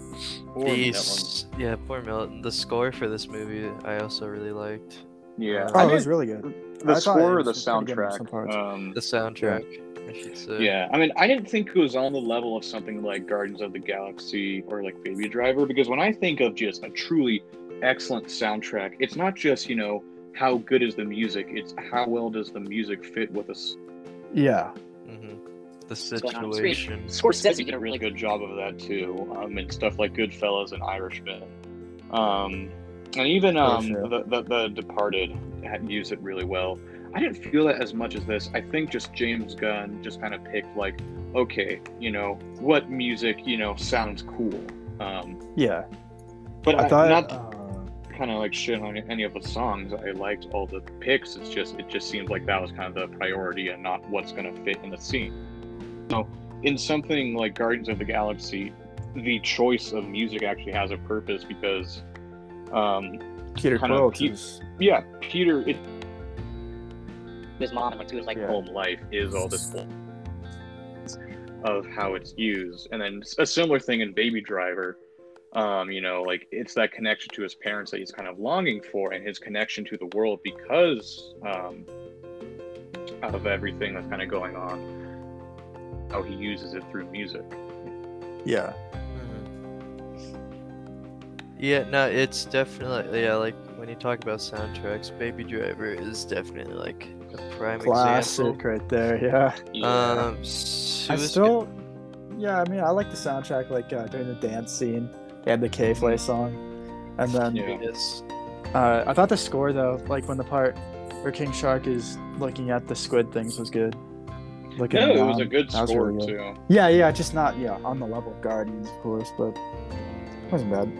Speaker 2: Or
Speaker 3: the
Speaker 2: that
Speaker 3: s- yeah, poor Milton. The score for this movie I also really liked.
Speaker 2: one. Yeah.
Speaker 1: Oh,
Speaker 2: I
Speaker 1: it was
Speaker 2: did-
Speaker 1: really good.
Speaker 2: the
Speaker 1: I thought it
Speaker 2: score or
Speaker 1: was
Speaker 2: the
Speaker 1: pretty good in some
Speaker 2: soundtrack.
Speaker 1: parts.
Speaker 2: Um,
Speaker 3: The soundtrack, I should say.
Speaker 2: yeah. I mean, I didn't think it was on the level of something like Guardians of the Galaxy or like Baby Driver because when I think of just a truly excellent soundtrack, it's not just, you know, how good is the music, it's how well does the music fit with a
Speaker 1: Yeah.
Speaker 3: hmm The
Speaker 4: going on screen.
Speaker 3: situation.
Speaker 2: Scorsese
Speaker 4: Scorsese
Speaker 2: did a really good job of that too, um, and stuff like Goodfellas and Irishman, um, and even
Speaker 1: Oh,
Speaker 2: um,
Speaker 1: sure.
Speaker 2: the, the the Departed had used it really well. I didn't feel that as much as this. I think just James Gunn just kind of picked like, okay, you know, what music you know sounds cool. Um,
Speaker 1: Yeah.
Speaker 2: but
Speaker 1: I thought.
Speaker 2: not
Speaker 1: uh,
Speaker 2: kind of like shit on any of the songs. I liked all the picks. It's just it just seemed like that was kind of the priority and not what's going to fit in the scene. So in something like Guardians of the Galaxy, the choice of music actually has a purpose because, um,
Speaker 1: Peter
Speaker 2: Kinda
Speaker 1: Quill.
Speaker 2: keep-
Speaker 1: is-
Speaker 2: yeah, Peter, it's
Speaker 4: his mom and like to his like
Speaker 1: Yeah.
Speaker 2: home life is all this of how it's used and then a similar thing in baby driver um, you know like it's that connection to his parents that he's kind of longing for and his connection to the world because um, of everything that's kind of going on how he uses it through music
Speaker 1: Yeah.
Speaker 3: Mm-hmm. Yeah, no, it's definitely yeah. Like when you talk about soundtracks, Baby Driver is definitely like a prime
Speaker 1: Classic
Speaker 3: example.
Speaker 1: right there. Yeah.
Speaker 3: Um,
Speaker 1: I
Speaker 3: Suicide-
Speaker 1: still. Yeah, I mean, I like the soundtrack. Like uh, during the dance scene, they had the K Flay song, and then
Speaker 2: Mm-hmm. Yeah.
Speaker 3: Yes.
Speaker 1: uh, I thought the score though, like when the part where King Shark is looking at the squid things, was good. Looking
Speaker 2: no it
Speaker 1: around.
Speaker 2: was a good
Speaker 1: That was
Speaker 2: score
Speaker 1: really good.
Speaker 2: too
Speaker 1: Yeah, yeah, just not yeah on the level of Guardians, of course, but it wasn't bad.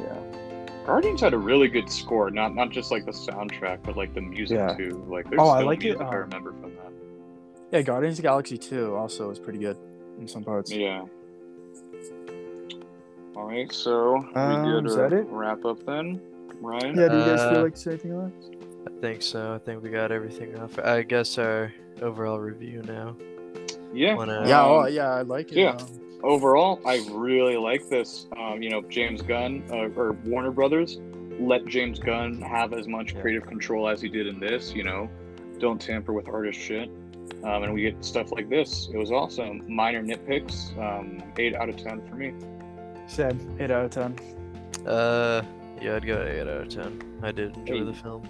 Speaker 1: Yeah,
Speaker 2: guardians had a really good score not not just like the soundtrack but like the music
Speaker 1: Yeah.
Speaker 2: too like there's
Speaker 1: Oh, I
Speaker 2: still
Speaker 1: like it,
Speaker 2: music i
Speaker 1: um,
Speaker 2: remember from that
Speaker 1: yeah. Guardians of the Galaxy Two also was pretty good in some parts.
Speaker 2: Yeah. All right, so we
Speaker 1: Um,
Speaker 2: good
Speaker 1: is
Speaker 2: to
Speaker 1: that it?
Speaker 2: wrap up then, Ryan?
Speaker 1: Yeah, do you guys
Speaker 3: Uh,
Speaker 1: feel like saying anything else?
Speaker 3: I think so. I think we got everything off. I guess our overall review now.
Speaker 2: Yeah.
Speaker 3: Wanna-
Speaker 1: Yeah,
Speaker 2: um,
Speaker 1: oh, yeah, I like it.
Speaker 2: yeah.
Speaker 1: um,
Speaker 2: Overall, I really like this. Um, you know, James Gunn uh, or Warner Brothers, let James Gunn have as much
Speaker 1: Yeah.
Speaker 2: creative control as he did in this. You know, don't tamper with artist shit. Um, and we get stuff like this. It was awesome. Minor nitpicks. Um, eight out of ten for me.
Speaker 1: said um, eight out of ten.
Speaker 3: Uh, yeah, I'd go eight out of ten. I did enjoy the film.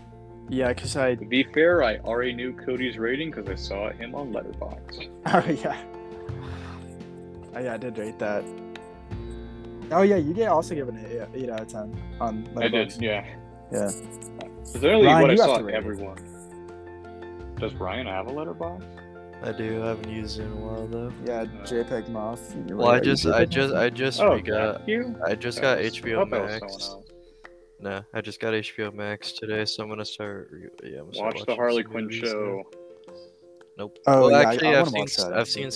Speaker 1: Yeah, because I,
Speaker 2: To be fair, I already knew Cody's rating because I saw him on Letterboxd.
Speaker 1: (laughs) oh yeah, (sighs) oh, yeah, I did rate that. Oh yeah, you get also given it eight- eight out of ten on.
Speaker 2: I did,
Speaker 1: Letterboxd.
Speaker 2: yeah.
Speaker 1: Yeah.
Speaker 2: It's literally
Speaker 1: Ryan,
Speaker 2: what I
Speaker 1: you have
Speaker 2: saw
Speaker 1: to
Speaker 2: to
Speaker 1: rate it.
Speaker 2: everyone. Does Ryan have a letterbox?
Speaker 3: I do. I haven't used it in a while though.
Speaker 1: Yeah, JPEG Moth. you
Speaker 3: Well, I
Speaker 1: rate- you
Speaker 3: just, I
Speaker 1: JPEG?
Speaker 3: just, I just
Speaker 2: Oh,
Speaker 3: got,
Speaker 2: thank you.
Speaker 3: I just got
Speaker 2: Thanks. I
Speaker 3: HBO
Speaker 2: thought that was someone
Speaker 3: Max.
Speaker 2: else.
Speaker 3: No, I just got HBO Max today, so I'm gonna start. Re- yeah, I'm gonna start
Speaker 2: Watch the
Speaker 3: watching
Speaker 2: Harley
Speaker 3: some
Speaker 2: Quinn
Speaker 3: movies now.
Speaker 2: show.
Speaker 3: Nope.
Speaker 1: Oh,
Speaker 3: well,
Speaker 1: yeah, I-
Speaker 3: actually,
Speaker 1: I
Speaker 3: have
Speaker 1: wanna
Speaker 3: seen
Speaker 1: watch that,
Speaker 3: I've
Speaker 1: actually.
Speaker 3: seen
Speaker 2: do you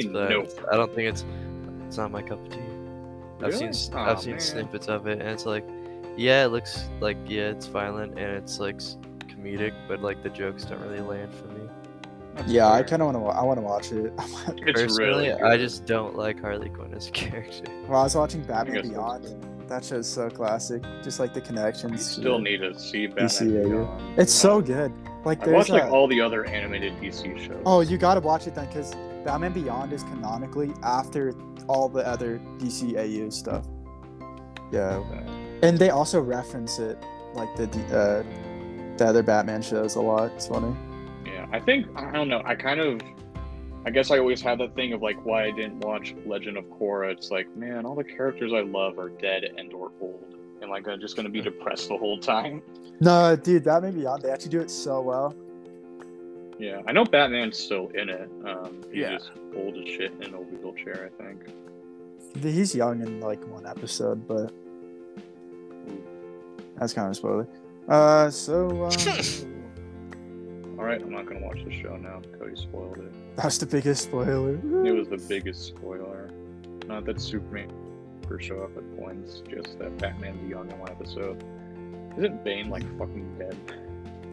Speaker 3: snippets,
Speaker 2: mean,
Speaker 3: but I-
Speaker 2: nope?
Speaker 3: uh, I don't think it's it's not my cup of tea. I've
Speaker 2: Really?
Speaker 3: seen s-
Speaker 2: Aw,
Speaker 3: I've seen
Speaker 2: man.
Speaker 3: snippets of it, and it's like, yeah, it looks like yeah, it's violent and it's like s- comedic, but like the jokes don't really land for me.
Speaker 2: That's
Speaker 1: Yeah, I
Speaker 2: fair.
Speaker 1: kind of want to. I want to watch it.
Speaker 2: It's
Speaker 3: Personally,
Speaker 2: really.
Speaker 3: I
Speaker 2: good.
Speaker 3: just don't like Harley Quinn as a (laughs) character.
Speaker 1: Well, I was watching
Speaker 2: guess
Speaker 1: Batman
Speaker 2: that's
Speaker 1: Beyond. That show's so classic. Just like the
Speaker 2: I
Speaker 1: connections.
Speaker 2: still need to see Batman.
Speaker 1: see it, yeah.
Speaker 2: Beyond.
Speaker 1: It's so good. Like
Speaker 2: I
Speaker 1: there's
Speaker 2: watched like
Speaker 1: a-
Speaker 2: all the other animated DC shows.
Speaker 1: Oh, you gotta watch it then, because Batman Beyond is canonically after all the other DCAU stuff. Yeah, and they also reference it, like the D- uh, the other Batman shows a lot. It's funny.
Speaker 2: Yeah, I think I don't know. I kind of, I guess I always had that thing of like why I didn't watch Legend of Korra. It's like, man, all the characters I love are dead and or old. Am I gonna, just going to be depressed the whole time? (laughs)
Speaker 1: No, dude, Batman Beyond. They actually do it so well.
Speaker 2: Yeah, I know Batman's still in it. Um, he's
Speaker 1: Yeah.
Speaker 2: just old as shit in a wheelchair, I think.
Speaker 1: He's young in like one episode, but that's kind of a spoiler. Uh, so
Speaker 2: (laughs)
Speaker 1: um,
Speaker 2: All right, I'm not going to watch the show now. Cody spoiled it.
Speaker 1: that's the biggest spoiler.
Speaker 2: It was the biggest spoiler. Not that Superman for show up at points, just that Batman Beyond in one episode. Isn't Bane like fucking dead?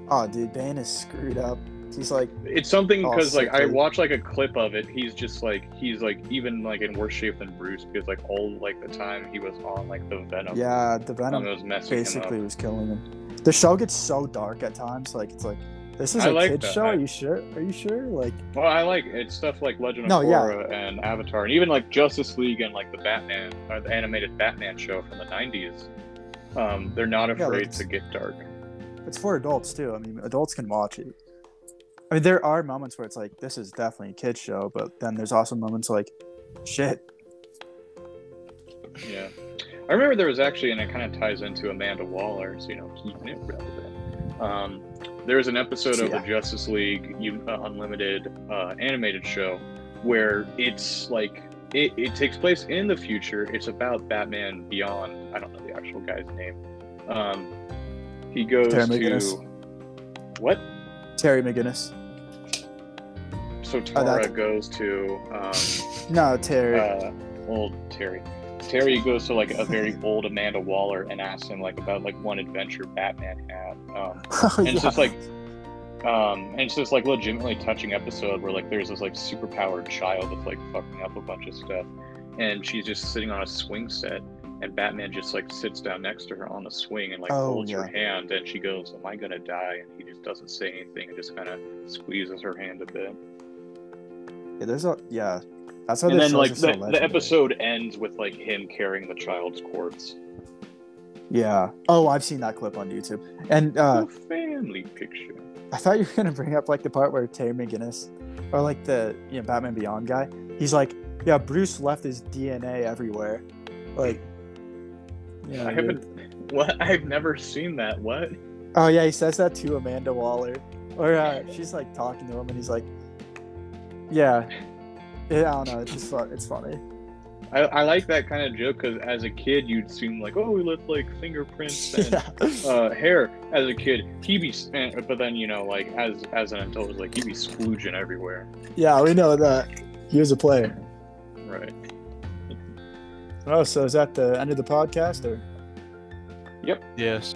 Speaker 1: Oh, dude, Bane is screwed up. He's like,
Speaker 2: It's something
Speaker 1: Oh,
Speaker 2: because like
Speaker 1: sick
Speaker 2: I
Speaker 1: dude.
Speaker 2: watched like a clip of it. He's just like he's like even like in worse shape than Bruce because like all like the time he was on like the Venom.
Speaker 1: yeah, the
Speaker 2: Venom
Speaker 1: Venom
Speaker 2: was messing
Speaker 1: basically
Speaker 2: him
Speaker 1: was killing him. The show gets so dark at times. Like it's like this is
Speaker 2: I
Speaker 1: a
Speaker 2: like
Speaker 1: kid
Speaker 2: that.
Speaker 1: show.
Speaker 2: I-
Speaker 1: Are you sure? Are you sure? Like
Speaker 2: up. Well, I like it's stuff like Legend of
Speaker 1: No, yeah.
Speaker 2: Korra and Avatar and even like Justice League and like the Batman or the animated Batman show from the '90s. Um, they're not
Speaker 1: Yeah, like,
Speaker 2: afraid
Speaker 1: it's-
Speaker 2: to get dark.
Speaker 1: it's for adults too. I mean, adults can watch it. I mean, there are moments where it's like this is definitely a kid show, but then there's also moments like, shit.
Speaker 2: Yeah, I remember there was actually, and it kind of ties into Amanda Waller's, you know, keeping it relevant. Um, there was an episode of
Speaker 1: Yeah.
Speaker 2: the Justice League U- uh, Unlimited uh, animated show where it's like it, it takes place in the future. It's about Batman Beyond. I don't know the actual guy's name, Um, he goes
Speaker 1: Terry
Speaker 2: to what?
Speaker 1: Terry McGinnis.
Speaker 2: So
Speaker 1: Oh,
Speaker 2: Tara
Speaker 1: that's-
Speaker 2: goes to um,
Speaker 1: No, Terry.
Speaker 2: uh, old Terry. Terry goes to like a very old Amanda Waller and asks him like about like one adventure Batman had.
Speaker 1: (laughs)
Speaker 2: Um,
Speaker 1: (laughs) Oh,
Speaker 2: and it's
Speaker 1: yeah.
Speaker 2: just like um and it's just like legitimately touching episode where like there's this like superpowered child that's like fucking up a bunch of stuff and she's just sitting on a swing set and batman just like sits down next to her on the swing and like
Speaker 1: Oh,
Speaker 2: holds her hand and she goes am i gonna die and he just doesn't say anything and just kind of squeezes her hand a bit
Speaker 1: yeah, there's a yeah. That's how
Speaker 2: and
Speaker 1: Oh, this
Speaker 2: then like the,
Speaker 1: so
Speaker 2: the
Speaker 1: legendary.
Speaker 2: episode ends with like him carrying the child's corpse
Speaker 1: Yeah. Oh, I've seen that clip on YouTube. And
Speaker 2: (laughs)
Speaker 1: uh,
Speaker 2: a family picture
Speaker 1: I thought you were gonna bring up like the part where Terry McGinnis, or like the you know Batman Beyond guy, he's like, yeah, Bruce left his DNA everywhere, like. Yeah, dude.
Speaker 2: i haven't what (laughs) i've never seen that what
Speaker 1: Oh yeah, he says that to Amanda Waller, or uh, she's like talking to him, and he's like, "Yeah, yeah, I don't know. It's just fun. It's funny. (laughs)
Speaker 2: I, I like that kind of joke because as a kid, you'd seem like, oh, we left like
Speaker 1: (laughs)
Speaker 2: fingerprints and
Speaker 1: yeah,
Speaker 2: uh, hair. As a kid, he be, s- and, but then you know, like as as an adult, it's like he be splooging everywhere,
Speaker 1: yeah, we know that. He was a player.
Speaker 2: right?
Speaker 1: Oh, so is that the end of the podcast, or?
Speaker 3: Yes.